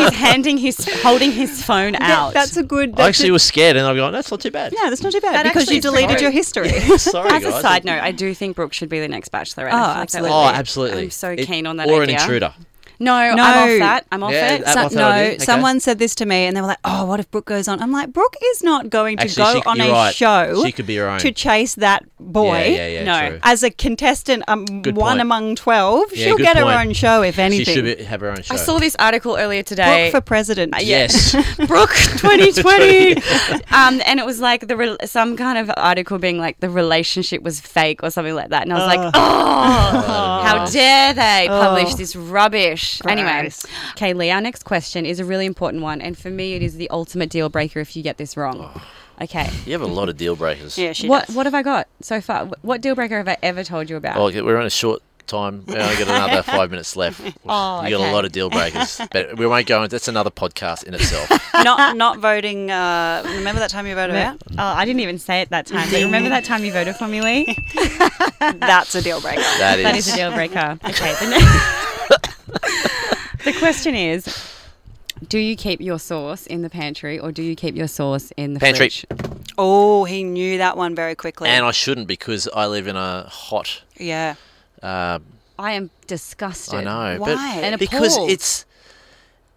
C: he's handing his, holding his phone
A: That-
C: out.
A: that's a good. That's
B: I actually
A: a,
B: was scared, and I've gone, that's not too bad.
A: yeah, that's not too bad
C: That
A: because
C: actually
A: you
C: is
A: deleted
C: pretty-
A: your history.
B: Sorry,
C: As a
B: guys.
C: side note, I do think Brooke should be the next Bachelorette.
A: Oh,
C: I feel like that would
B: Oh,
C: be-
B: absolutely.
C: I'm so
B: It-
C: keen on that
B: Or
C: idea.
B: an intruder.
C: No,
A: No.
C: I'm off that. I'm off
B: Yeah,
C: it.
B: that-
A: So-
B: I thought
A: no,
B: I did. Okay.
A: someone said this to me, and they were like, "Oh, what if Brooke goes on?" I'm like, "Brooke is not going to
B: Actually,
A: go
B: she-
A: on
B: you're
A: a
B: right.
A: show
B: She could be her own.
A: to chase that boy."
B: Yeah, yeah, yeah.
C: No.
B: True.
A: As a contestant, um,
B: Good
A: one
B: point.
A: among twelve,
B: Yeah,
A: she'll
B: good
A: get her
B: point.
A: own show if anything.
B: She should be, have her own show.
C: I saw this article earlier today.
A: Brooke for president. uh,
B: Yes.
C: Brooke 2020. um, and it was like the re- some kind of article being like the relationship was fake or something like that. And I was like, oh, how dare they publish this rubbish? Anyway,
A: Gross.
C: okay, Lee, our next question is a really important one. And for me, it is the ultimate deal breaker if you get this wrong. Okay.
B: you have a lot of deal breakers.
A: Yeah, she
C: What,
A: does.
C: what have I got so far? What deal breaker have I ever told you about?
B: Oh, okay, we're on a short time. We only got another five minutes left. You
A: Oh,
B: got a
A: okay.
B: lot of deal breakers, but we won't go into. That's another podcast in itself.
A: not not voting. Uh, remember that time you voted out?
D: Oh, I didn't even say it that time. But remember that time you voted for me, Lee?
A: That's a deal breaker.
B: That is.
D: That is a deal breaker. Okay. The, ne- the question is,
C: Do you keep your sauce in the pantry or do you keep your sauce in the
B: Pantry.
C: fridge?
A: Oh, he knew that one very quickly.
B: and I shouldn't because I live in a hot.
A: yeah.
B: Uh,
C: I am disgusted.
B: I know,
A: Why?
B: but
A: And
B: because
C: appalled.
B: it's.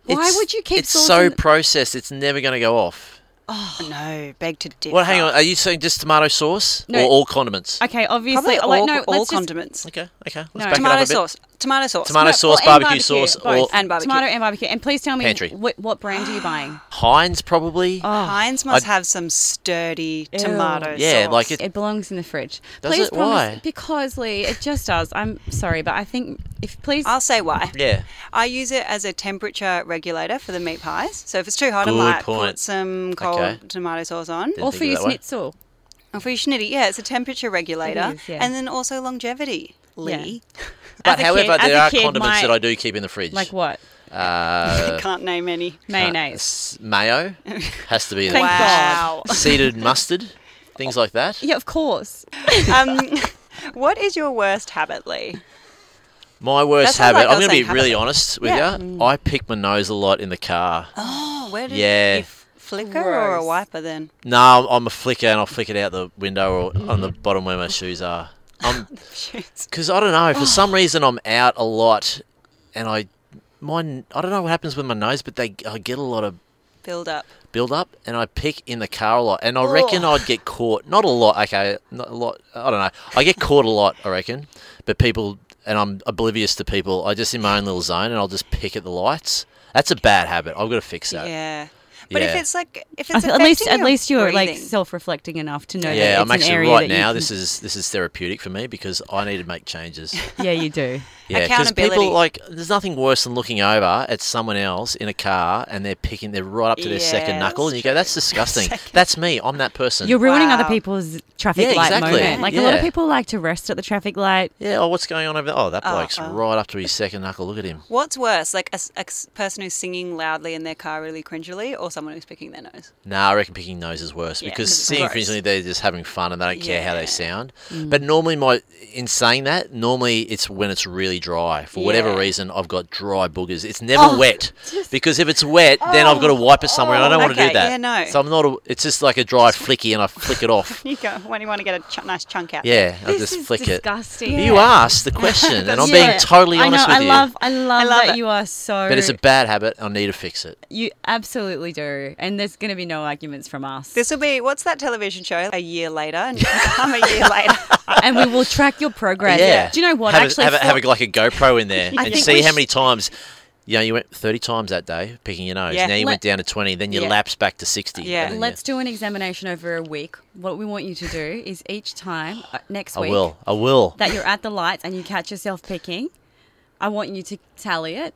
C: Why
B: it's-
C: would you keep
B: It's
C: sauce
B: so
C: in the-
B: processed. It's never going to go off.
A: Oh no, beg to differ.
B: Well, hang on. Are you saying just tomato sauce
C: No.
B: or all condiments?
D: okay, obviously,
A: Probably
D: oh,
A: all,
D: wait, no,
A: all
D: let's just-
A: condiments.
B: Okay, okay. Let's
C: No.
B: back it
A: Tomato
B: up a bit.
A: sauce. Tomato sauce.
B: Tomato
A: No,
B: sauce,
D: and
B: barbecue,
D: barbecue,
B: sauce,
D: both.
B: or
A: And barbecue.
C: Tomato and barbecue. And please tell me
B: Pantry.
C: wh- what brand are you buying?
B: Heinz probably.
A: Heinz must
B: I'd-
A: have some sturdy tomato
B: Yeah,
A: sauce.
B: like it-
C: It belongs in the fridge.
B: Does
C: please
B: it?
C: promise
B: Why?
C: because Lee, it just does. I'm sorry, but I think if please
A: I'll say why.
B: Yeah.
A: I use it as a temperature regulator for the meat pies. So if it's too hot, I
B: Good
A: might
B: point.
A: put some cold
B: Okay.
A: tomato sauce on.
B: Didn't
C: or
B: think
C: for
B: of
C: your
B: that way.
C: schnitzel.
A: And for your schnitty, yeah, it's a temperature regulator.
C: It is, yeah.
A: And then also longevity. Lee.
B: But
D: a
B: however,
D: kid- as
B: there
D: a
B: are
D: kid, my-
B: condiments that I do keep in the fridge.
C: Like what?
B: uh,
A: Can't name any.
C: Mayonnaise.
B: s- mayo has to be in
D: Thank
B: the
A: Wow.
B: fridge. Seeded mustard, things like that.
C: Yeah, of course.
A: um, what is your worst habit, Lee?
B: My
A: That
B: worst
A: sounds
B: habit.
A: like I
B: I'm
A: was
B: going to
A: saying
B: be really
A: habit.
B: honest with
A: Yeah.
B: you. I pick my nose a lot in the car.
A: Oh, where did
B: Yeah.
A: you f- flicker or a
C: Gross.
A: wiper then?
B: No, I'm, I'm a flicker and I'll flick it out the window or on the bottom where my shoes are. I'm
A: Shoots.
B: Because I don't know, for some reason I'm out a lot, and I, mine, I don't know what happens with my nose, but they, I get a lot of
A: Build up.
B: build up, and I pick in the car a lot, and I reckon
C: Oh.
B: I'd get caught. Not a lot, okay, not a lot. I don't know. I get caught a lot, I reckon, but people, and I'm oblivious to people. I just in my own little zone, and I'll just pick at the lights. That's a bad habit. I've got to fix that.
A: Yeah. But if
B: Yeah.
A: it's like, if
C: I
A: it's
C: feel- at least
A: affecting
C: at
A: your
C: least you're like
A: breathing.
C: self-reflecting enough to know that
B: Yeah,
C: it's
B: I'm actually
C: an area
B: right
C: that
B: now.
C: you
B: This is this is therapeutic for me because I need to make changes.
C: can- Yeah, you do.
B: Yeah, because
A: Accountability.
B: people like there's nothing worse than looking over at someone else in a car and they're picking they're right up to their
A: Yeah,
B: second knuckle
A: that's
B: and you go that's disgusting. that's me. I'm that person.
C: You're ruining other
A: Wow.
C: people's traffic
B: Yeah,
C: light
B: exactly.
C: moment. Like a lot of
B: Yeah.
C: people like to rest at the traffic light.
B: yeah. Oh, what's going on over there? Oh, that
A: Oh,
B: bloke's
A: oh.
B: right up to his second knuckle. Look at him.
A: What's worse, like a, s- a s- person who's singing loudly in their car really cringily, or someone who's picking their nose?
B: Nah, I reckon picking nose is worse
A: Yeah,
B: because
A: 'cause it's
B: seeing
A: gross.
B: originally they're just having fun and they don't care how
A: Yeah.
B: they sound. But normally, my in saying that, normally it's when it's really dry. For whatever
A: Yeah.
B: reason, I've got dry boogers. It's never wet because if it's wet, then I've got to wipe it somewhere, and I don't want to
A: Okay,
B: do that.
A: yeah, no.
B: So I'm not. A, it's just like a dry flicky, and I flick it off.
A: You go when you want to get a ch- nice chunk out.
B: Yeah, I
C: this
B: just
C: is
B: flick
C: disgusting.
B: it. You asked the question, and I'm being totally honest
C: I know,
B: with
C: I
B: you.
C: love, I love,
A: I love
C: that
A: it.
C: you are so.
B: but it's a bad habit. I need to fix it.
C: you absolutely do, and there's going to be no arguments from us.
A: This will be what's that television show? A year later, and I'm a year later.
C: and we will track your progress.
B: Yeah.
C: Do you know what?
B: Have, a-
C: Actually,
B: have, a-
C: for-
B: have a, like a GoPro in there and
A: think
B: see
A: we
B: how
A: sh-
B: many times. You know, you went 30 times that day picking your nose.
A: Yeah.
B: Now you
A: Let-
B: went down to 20, then you
A: Yeah.
B: lapsed back to 60.
A: Yeah.
B: and then you-
C: Let's do an examination over a week. What we want you to do is each time uh, next
B: I
C: week
B: will. I will.
C: that you're at the lights and you catch yourself picking, I want you to tally it.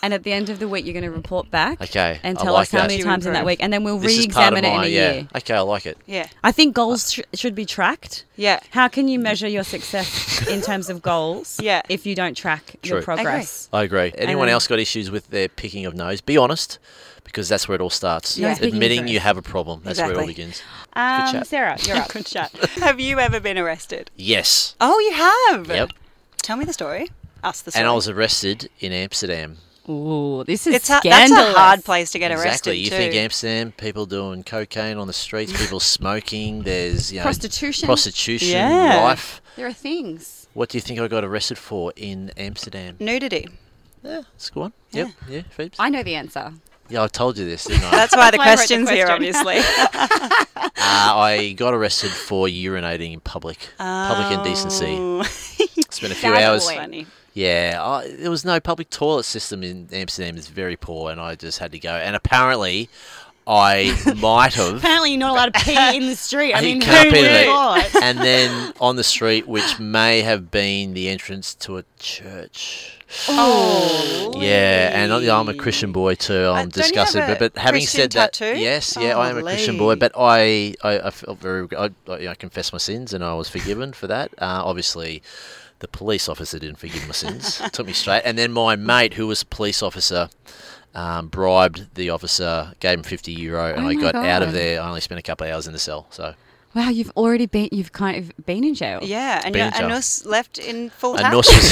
C: And at the end of the week, you're going to report back.
B: Okay,
C: And
B: I
C: tell
B: like
C: us how
B: that.
C: many
B: You
C: times in that
A: improve.
C: week, and then we'll
B: this is part of
C: re-examine it in
B: my,
C: a
B: yeah.
C: year.
B: Okay, I like it.
A: Yeah,
C: I think goals sh- should be tracked.
A: yeah.
C: How can you measure your success in terms of goals?
A: Yeah.
C: If you don't track
B: True.
C: your progress.
B: I agree. Anyone
C: then-
B: else got issues with their picking of nose? Be honest, because that's where it all starts.
A: Nose
C: picking is
B: Admitting
C: gross.
B: you have a problem. That's where it all
A: Exactly.
B: begins.
C: Um,
B: chat.
C: Sarah, you're up.
A: Good chat. Have you ever been arrested?
B: Yes.
A: Oh, you have.
B: Yep.
A: Tell me the story. Us the story.
B: And I was arrested in Amsterdam.
C: Ooh, this is
A: It's ha- that's
C: scandalous.
A: a hard place to get arrested
B: Exactly. You
A: too.
B: think Amsterdam, people doing cocaine on the streets, people smoking, there's you know,
C: Prostitution.
B: prostitution,
A: Yeah.
B: life.
C: There are things.
B: What do you think I got arrested for in Amsterdam?
A: Nudity.
B: Yeah, that's a good one. Yep, yeah, Phoebes.
C: I know the answer.
B: Yeah, I told you this, didn't I? uh,
A: That's why the
C: why I wrote the
A: question's here,
C: question.
A: obviously.
B: Uh, I got arrested for urinating in public, public indecency.
A: Oh.
B: Spent a few
C: That's
B: hours.
C: annoying.
A: Funny.
B: Yeah, I, there was no public toilet system in Amsterdam. It's very poor, and I just had to go. And apparently, I might have.
D: apparently, you're not allowed to pee in the street. I
B: He
D: mean, who
B: can't be
D: would
B: there.
D: thought?
B: and then on the street, which may have been the entrance to a church.
A: Oh,
B: Yeah, and I- I'm a Christian boy too. I'm
A: don't you have
B: disgusted,
A: a
B: but, but having
A: Christian
B: said that,
A: tattoo?
B: yes, yeah, I am a Christian boy,
A: Golly.
B: but I I, I felt very I, I, you know, I confess my sins and I was forgiven for that. Uh, obviously, The police officer didn't forgive my sins. Took me straight. And then my mate, who was a police officer, um, bribed the officer, gave him 50 euro, and
C: Oh my
B: I got out of
C: God.
B: there. I only spent a couple of hours in the cell. So
C: Wow, you've already been. You've kind of been in jail.
A: Yeah, and
B: Been
A: you're,
B: in
A: and
B: jail.
A: you're s- left in full
B: a
A: tap.
B: nuss was,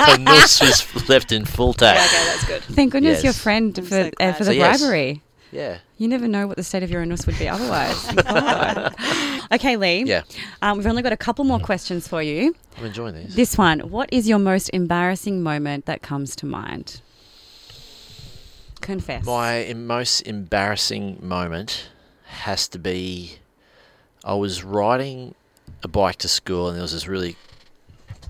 B: a nuss was left in full tack.
A: Yeah, okay, that's good.
C: Thank goodness
B: Yes.
C: your friend
A: I'm
C: for
A: so
C: uh,
A: glad.
C: for
A: So
C: the
B: yes.
C: bribery.
B: Yeah.
C: You never know what the state of your anus would be otherwise. God. okay, Lee.
B: Yeah.
C: Um, we've only got a couple more questions for you.
B: I'm enjoying this.
C: This one: What is your most embarrassing moment that comes to mind? Confess.
B: My em- most embarrassing moment has to be I was riding a bike to school and there was this really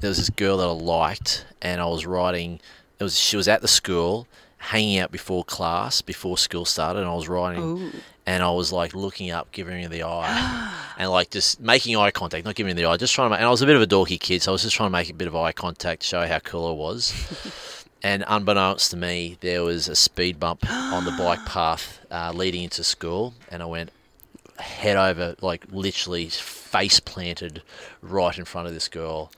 B: there was this girl that I liked and I was riding it was she was at the school hanging out before class before school started and I was riding and I was like looking up giving her the eye and like just making eye contact not giving her the eye just trying to make, and I was a bit of a dorky kid so I was just trying to make a bit of eye contact show how cool I was and unbeknownst to me, there was a speed bump on the bike path uh, leading into school, and I went head over, like literally face planted right in front of this girl.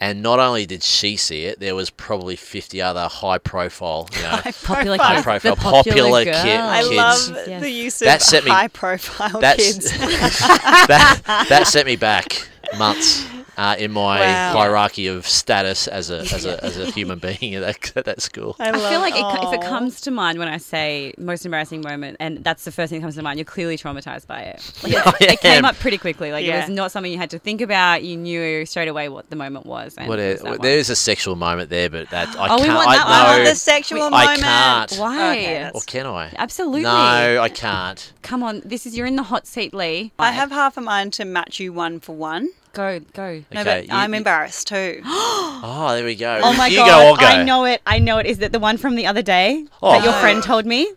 B: And not only did she see it, there was probably 50 other high profile, you know,
C: popular
B: high
C: kids.
B: profile,
C: The popular
B: popular ki-
C: girl.
A: I
B: kids.
A: love
C: Yes.
A: the use of
B: That set me-
A: high profile
B: That's,
A: kids.
B: that, that set me back months uh, in my
A: Wow.
B: hierarchy of status as a, as a, as a human being at that, at that school.
A: I,
C: I feel
A: love-
C: like it, co- if it
A: Aw.
C: comes to mind when I say most embarrassing moment, and that's the first thing that comes to mind, you're clearly traumatized by it. Like, it-
B: I
C: it came
B: am.
C: up pretty quickly. Like
A: Yeah.
C: it was not something you had to think about. You knew straight away what the moment was. And
B: What
C: it was
B: is,
C: that one.
B: there is a sexual moment there, but that I
C: Oh, we
B: can't.
C: want that
B: I,
C: one.
B: no,
A: I want the sexual
B: I
A: moment.
B: can't.
C: Why?
A: Okay, that's-
B: Or can I?
C: Absolutely.
B: No, I can't.
C: Come on, this is you're in the hot seat, Lee.
A: I have half a mind to match you one for one.
C: go go.
A: No,
B: okay,
A: but
B: you-
A: I'm
B: you-
A: embarrassed too.
B: Oh, there we go.
C: Oh my
B: you
C: god!
B: go, I'll go.
C: I know it. I know it. Is that the one from the other day
B: Oh.
C: that your
A: No.
C: friend told me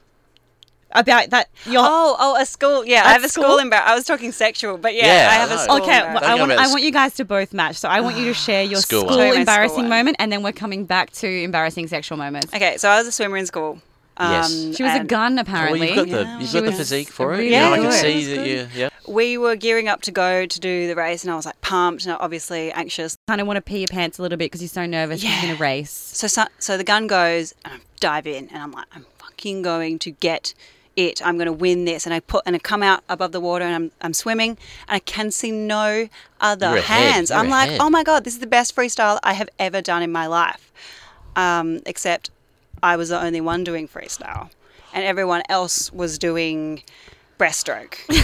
C: about that? Your
A: Oh, oh, a school. Yeah, I
C: At
A: have a school
C: school?
A: embarrassment. I was talking sexual, but yeah,
B: Yeah,
A: I have
B: I
A: a
B: know.
A: school.
C: Okay, well,
A: embarrassment.
B: Don't
C: I
B: go
C: want
B: about
C: I
B: s-
C: want you guys to both match. So I want you to share your
B: School
C: school,
B: one.
A: Sorry, my
C: embarrassing
A: school one.
C: moment, and then we're coming back to embarrassing sexual moments.
A: okay, so I was a swimmer in school. um,
B: Yes.
C: She was a
A: and
C: gun,
B: Well,
C: apparently.
B: Oh, you've got the,
A: Yeah,
B: you've
A: she
B: got the
C: was
B: physique for it.
C: really
B: Yeah, I
A: good.
B: can see
C: Yeah.
B: that you. Yeah.
A: We were gearing up to go to do the race, and I was like pumped and obviously anxious.
C: kind of want to pee your pants a little bit because you're so nervous
A: Yeah.
C: you're in a race.
A: So, so, so the gun goes, and I dive in, and I'm like, I'm fucking going to get it. I'm going to win this. And I put and I come out above the water, and I'm, I'm swimming, and I can see no other
B: You're ahead.
A: hands.
B: You're
A: I'm like,
B: ahead.
A: oh my god, this is the best freestyle I have ever done in my life. Um, except I was the only one doing freestyle, and everyone else was doing breaststroke, and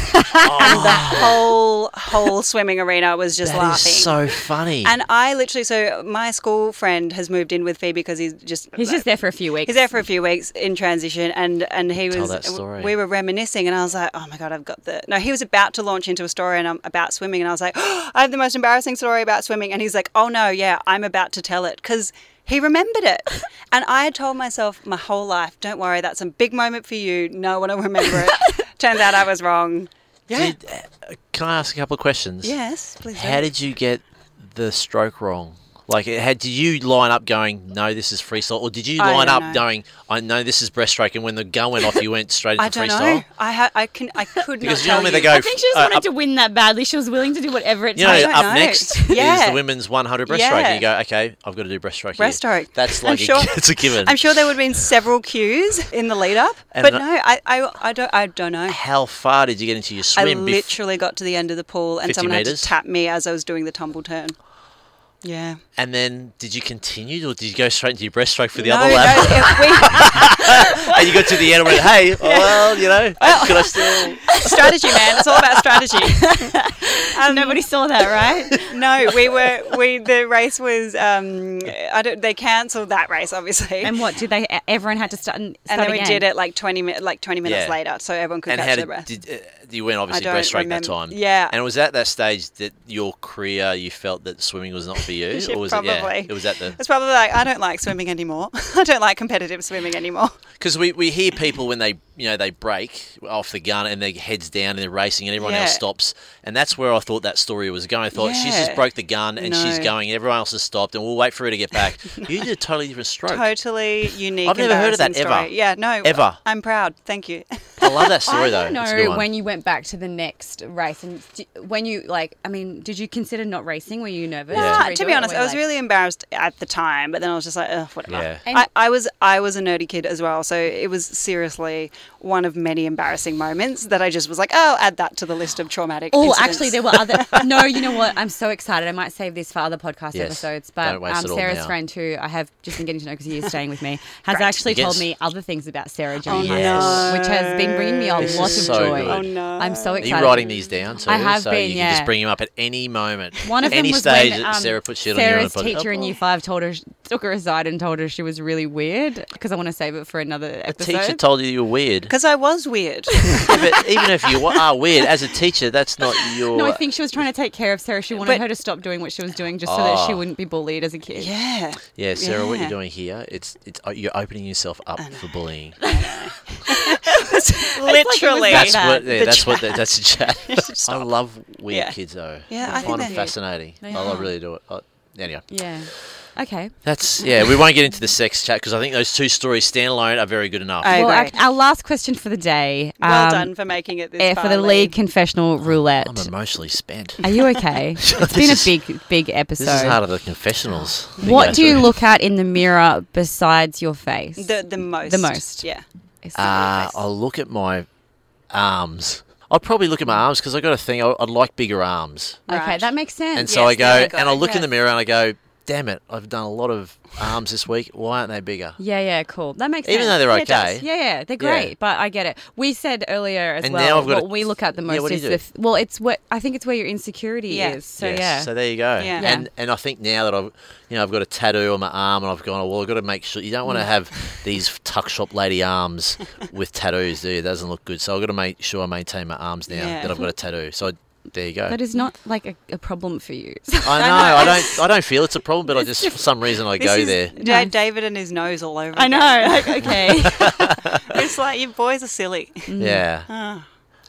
A: the whole whole swimming arena was just
B: That
A: laughing.
B: is so funny.
A: And I literally, so my school friend has moved in with Phoebe because he's just
C: He's just there for a few weeks.
A: he's there for a few weeks in transition, and and he
B: Tell
A: was
B: that story.
A: we were reminiscing, and I was like, oh my god, I've got the no. He was about to launch into a story, and I'm about swimming, and I was like, oh, I have the most embarrassing story about swimming, and he's like, oh no, yeah, I'm about to tell it because. He remembered it. And I had told myself my whole life, don't worry, that's a big moment for you. No one will remember it. Turns out I was wrong.
B: Did, uh, can I ask a couple of questions?
A: Yes, please.
B: How did you get the stroke wrong? Like, it had, did you line up going, no, this is freestyle? Or did you
A: I
B: line
A: don't
B: up
A: know.
B: going, I know this is breaststroke? And when the gun went off, you went straight
A: I
B: into
A: don't
B: freestyle?
A: know. I, ha- I, can, I could not
B: Because
A: tell
B: normally
A: you.
B: they go,
C: I think she just
B: uh,
C: wanted
B: up-
C: to win that badly. She was willing to do whatever it
B: You know,
A: I
C: takes.
A: don't
B: up
A: know.
B: next is
A: Yeah.
B: the women's 100 breaststroke.
A: Yeah.
B: You go, okay, I've got to do breaststroke. here."
A: Breaststroke.
B: That's
A: I'm
B: like
A: sure-
B: a, it's a given.
A: I'm sure there would have been several cues in the lead up,
B: And
A: but
B: I-
A: no, I, I, I don't I don't know.
B: How far did you get into your
A: I
B: swim? bef-
A: literally got to the end of the pool and
B: 50
A: someone had
B: metres?
A: to tap me as I was doing the tumble turn. Yeah.
B: and then did you continue, or did you go straight into your breaststroke for the
A: no,
B: other
A: no,
B: lap?
A: if
B: and you got to the end and went, hey, well, you know, could I still?
A: we, strategy, man. It's all about strategy.
B: um,
C: Nobody saw that, right?
A: No, we were we the race was um I don't they cancelled that race obviously.
C: and what did they? e-, Everyone had to start. And,
A: And
C: start
A: then we
C: again.
A: did it like twenty minutes like twenty minutes
B: Yeah.
A: later, so everyone could
B: And
A: catch
B: how
A: their
B: did,
A: breath.
B: did uh, you went obviously
A: I don't
B: breaststroke that
A: remem-
B: time?
A: yeah.
B: And it was at that stage that your career you felt that swimming was not for you,
A: Yeah,
B: or was it? Yeah,
A: probably.
B: it was at the
A: It's probably like I don't like swimming anymore. I don't like competitive swimming anymore.
B: Because we, we hear people when they you know they break off the gun and their heads down and they're racing and everyone
A: Yeah.
B: else stops and that's where I thought that story was going. I thought she's
A: Yeah.
B: just broke the gun and she's
A: No.
B: going. Everyone else has stopped and we'll wait for her to get back. You did a totally different stroke.
A: Totally unique.
B: Oh, I've never heard of that
A: embarrassing
B: ever.
A: story. Yeah, no.
B: Ever.
A: I'm proud. Thank you.
B: I love that story though.
C: I
B: It's a good
C: know
B: one.
C: when you went back to the next race and d- when you like. I mean, did you consider not racing? Were you nervous?
B: Yeah.
C: redo
A: Ah, to
C: it,
A: be
C: or
A: honest,
C: were
A: I
C: you
A: was
C: like-
A: really embarrassed at the time, but then I was just like, Ugh, whatever.
B: Yeah.
C: And-
A: I, I was I was a nerdy kid as well, so it was seriously one of many embarrassing moments that I just was like, oh, add that to the list of traumatic.
C: Oh,
A: incidents.
C: actually, there were other. no, you know what? I'm so excited. I might save this for other podcast
B: Yes.
C: episodes. But
B: Don't waste
C: um,
B: it all
C: Sarah's
B: now.
C: friend, who I have just been getting to know because he is staying with me, has
A: Great.
C: actually told
B: Yes.
C: me other things about Sarah during
B: no.
C: my
B: Yes.
C: which has been bringing me a
B: This
C: lot of
B: is so
C: joy.
B: good.
A: Oh no!
C: I'm so
B: Are
C: excited.
B: you writing these down too?
C: I have
B: so
C: been,
B: you can
C: yeah.
B: just bring them up at any moment.
C: One of
B: any
C: them was
B: stage
C: when
B: that
C: um,
B: Sarah put shit
C: Sarah's
B: on you. on a podcast.
C: teacher in Year Five told her, took her aside and told her she was really weird because I want to save it for another
B: The
C: episode.
B: teacher told you you were weird.
A: Because I was weird.
B: Yeah, but even if you are weird as a teacher, that's not your.
C: no, I think she was trying to take care of Sarah. She wanted
A: But-
C: her to stop doing what she was doing just so that she
B: Ah.
C: wouldn't be bullied as a kid.
A: yeah.
B: Yeah, Sarah, what
A: Yeah.
B: you're doing here, it's it's uh, you're opening yourself up for bullying.
A: Literally.
B: That's
C: that.
B: what yeah,
A: The
B: that's what the, that's the chat. I
A: Stop.
B: love weird
A: Yeah.
B: kids though.
A: Yeah, I
B: I,
A: think
B: find them
A: they're-
B: fascinating.
C: They
B: I
C: are.
B: really do it. I, anyway,
C: Yeah. Okay.
B: that's yeah. We won't get into the sex chat because I think those two stories standalone are very good enough.
A: I
C: well, our,
A: agree.
C: our last question for the day.
A: well
C: um,
A: done for making it this
C: eh, for
A: far,
C: the
A: Lee.
C: lead confessional roulette.
B: I'm emotionally spent.
C: Are you okay? it's been a
B: This
C: big, big episode.
B: This is part of the confessionals. that
C: what
B: go
C: do you
B: through.
C: look at in the mirror besides your face?
A: The the most.
C: The most.
A: Yeah.
C: It's-
B: Uh, I'll look at my arms. I'll probably look at my arms because I got a thing. I, I'd like bigger arms.
C: okay,
A: Right.
C: that makes sense.
B: And so
A: Yes,
B: I go
A: there you go.
B: and I look in the
A: Yes.
B: mirror and I go, damn it, I've done a lot of arms this week. Why aren't they bigger?
C: yeah, yeah, cool. That makes
B: Even
C: sense.
B: though they're
A: Yeah, it does.
B: okay.
C: Yeah, yeah, they're
B: Yeah.
C: great, but I get it. We said earlier as
B: And
C: well.
B: now I've got
C: what
B: a-
C: we look at the
B: Yeah,
C: most
B: what do
C: is
B: you
C: the
B: do?
C: f- well. It's what I think it's where your insecurity
A: Yeah.
C: is. So
B: Yes,
C: yeah,
B: So there you go.
A: Yeah.
B: And and I think now that I've you know, I've got a tattoo on my arm and I've gone, oh, well I've got to make sure you don't want to
C: Mm.
B: have these tuck shop lady arms with tattoos, do you? It doesn't look good. So I've got to make sure I maintain my arms now
A: Yeah.
B: that I've got a tattoo. So I, there you go.
C: that is not like a, a problem for you.
B: I know. I don't. I don't feel it's a problem, but I just for some reason I go
A: This is
B: there.
A: Da-
C: No.
A: David and his nose all over.
D: I know.
A: again.
D: Like, okay.
A: It's like you boys are silly.
C: Mm.
A: Ah.
B: Yeah.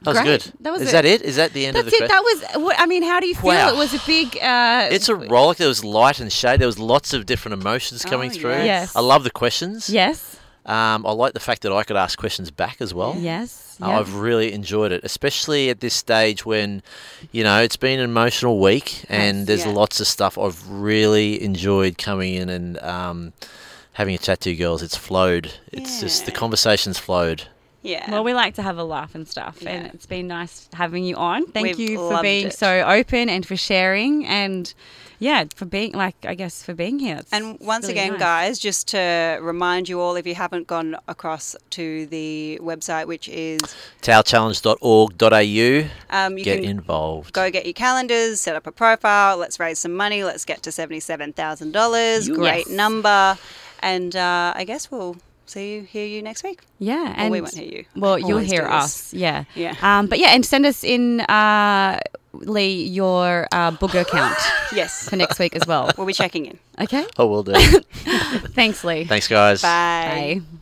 B: That was
C: Great.
B: good.
C: That was
B: is
C: it.
B: that it? Is that the end
C: That's
B: of the
C: it. That was. What, I mean, how do you feel?
B: Wow.
C: It was a big. Uh,
B: It's a rollick. There was light and shade. There was lots of different emotions coming through.
A: Oh, yes.
C: Yes.
B: I love the questions.
C: yes,
B: Um, I like the fact that I could ask questions back as well.
C: yes.
B: Uh,
C: yeah.
B: I've really enjoyed it, especially at this stage when, you know, it's been an emotional week and
A: Yes,
B: there's
A: yeah.
B: lots of stuff. I've really enjoyed coming in and um, having a chat to you girls. It's flowed. It's just the
A: Yeah.
B: conversation's flowed.
A: Yeah.
C: Well, we like to have a laugh and stuff, and
A: Yeah.
C: it's been nice having you on. Thank
A: We've
C: you for
A: loved
C: being
A: it.
C: so open and for sharing, and yeah, for being like I guess for being here. It's-
A: And
C: it's
A: once
C: really
A: again,
C: nice.
A: guys, just to remind you all, if you haven't gone across to the website, which is
B: Towelchallenge.org.au.
A: um, you
B: Get
A: can
B: involved.
A: go get your calendars, set up a profile, let's raise some money, let's get to $77,000. Great
C: Yes.
A: number. And uh, I guess we'll see you, hear you next week.
C: Yeah,
A: Well,
C: and
A: we won't hear you.
C: Well, you'll
A: Always
C: hear
A: do this.
C: us. Yeah,
A: Yeah.
C: Um, but yeah, and send us in uh, Lee your uh, booger count
A: Yes,
C: for next week as well.
A: we'll be checking in.
C: Okay,
B: Oh, will do.
C: thanks, Lee.
B: Thanks, guys.
A: Bye.
C: Bye.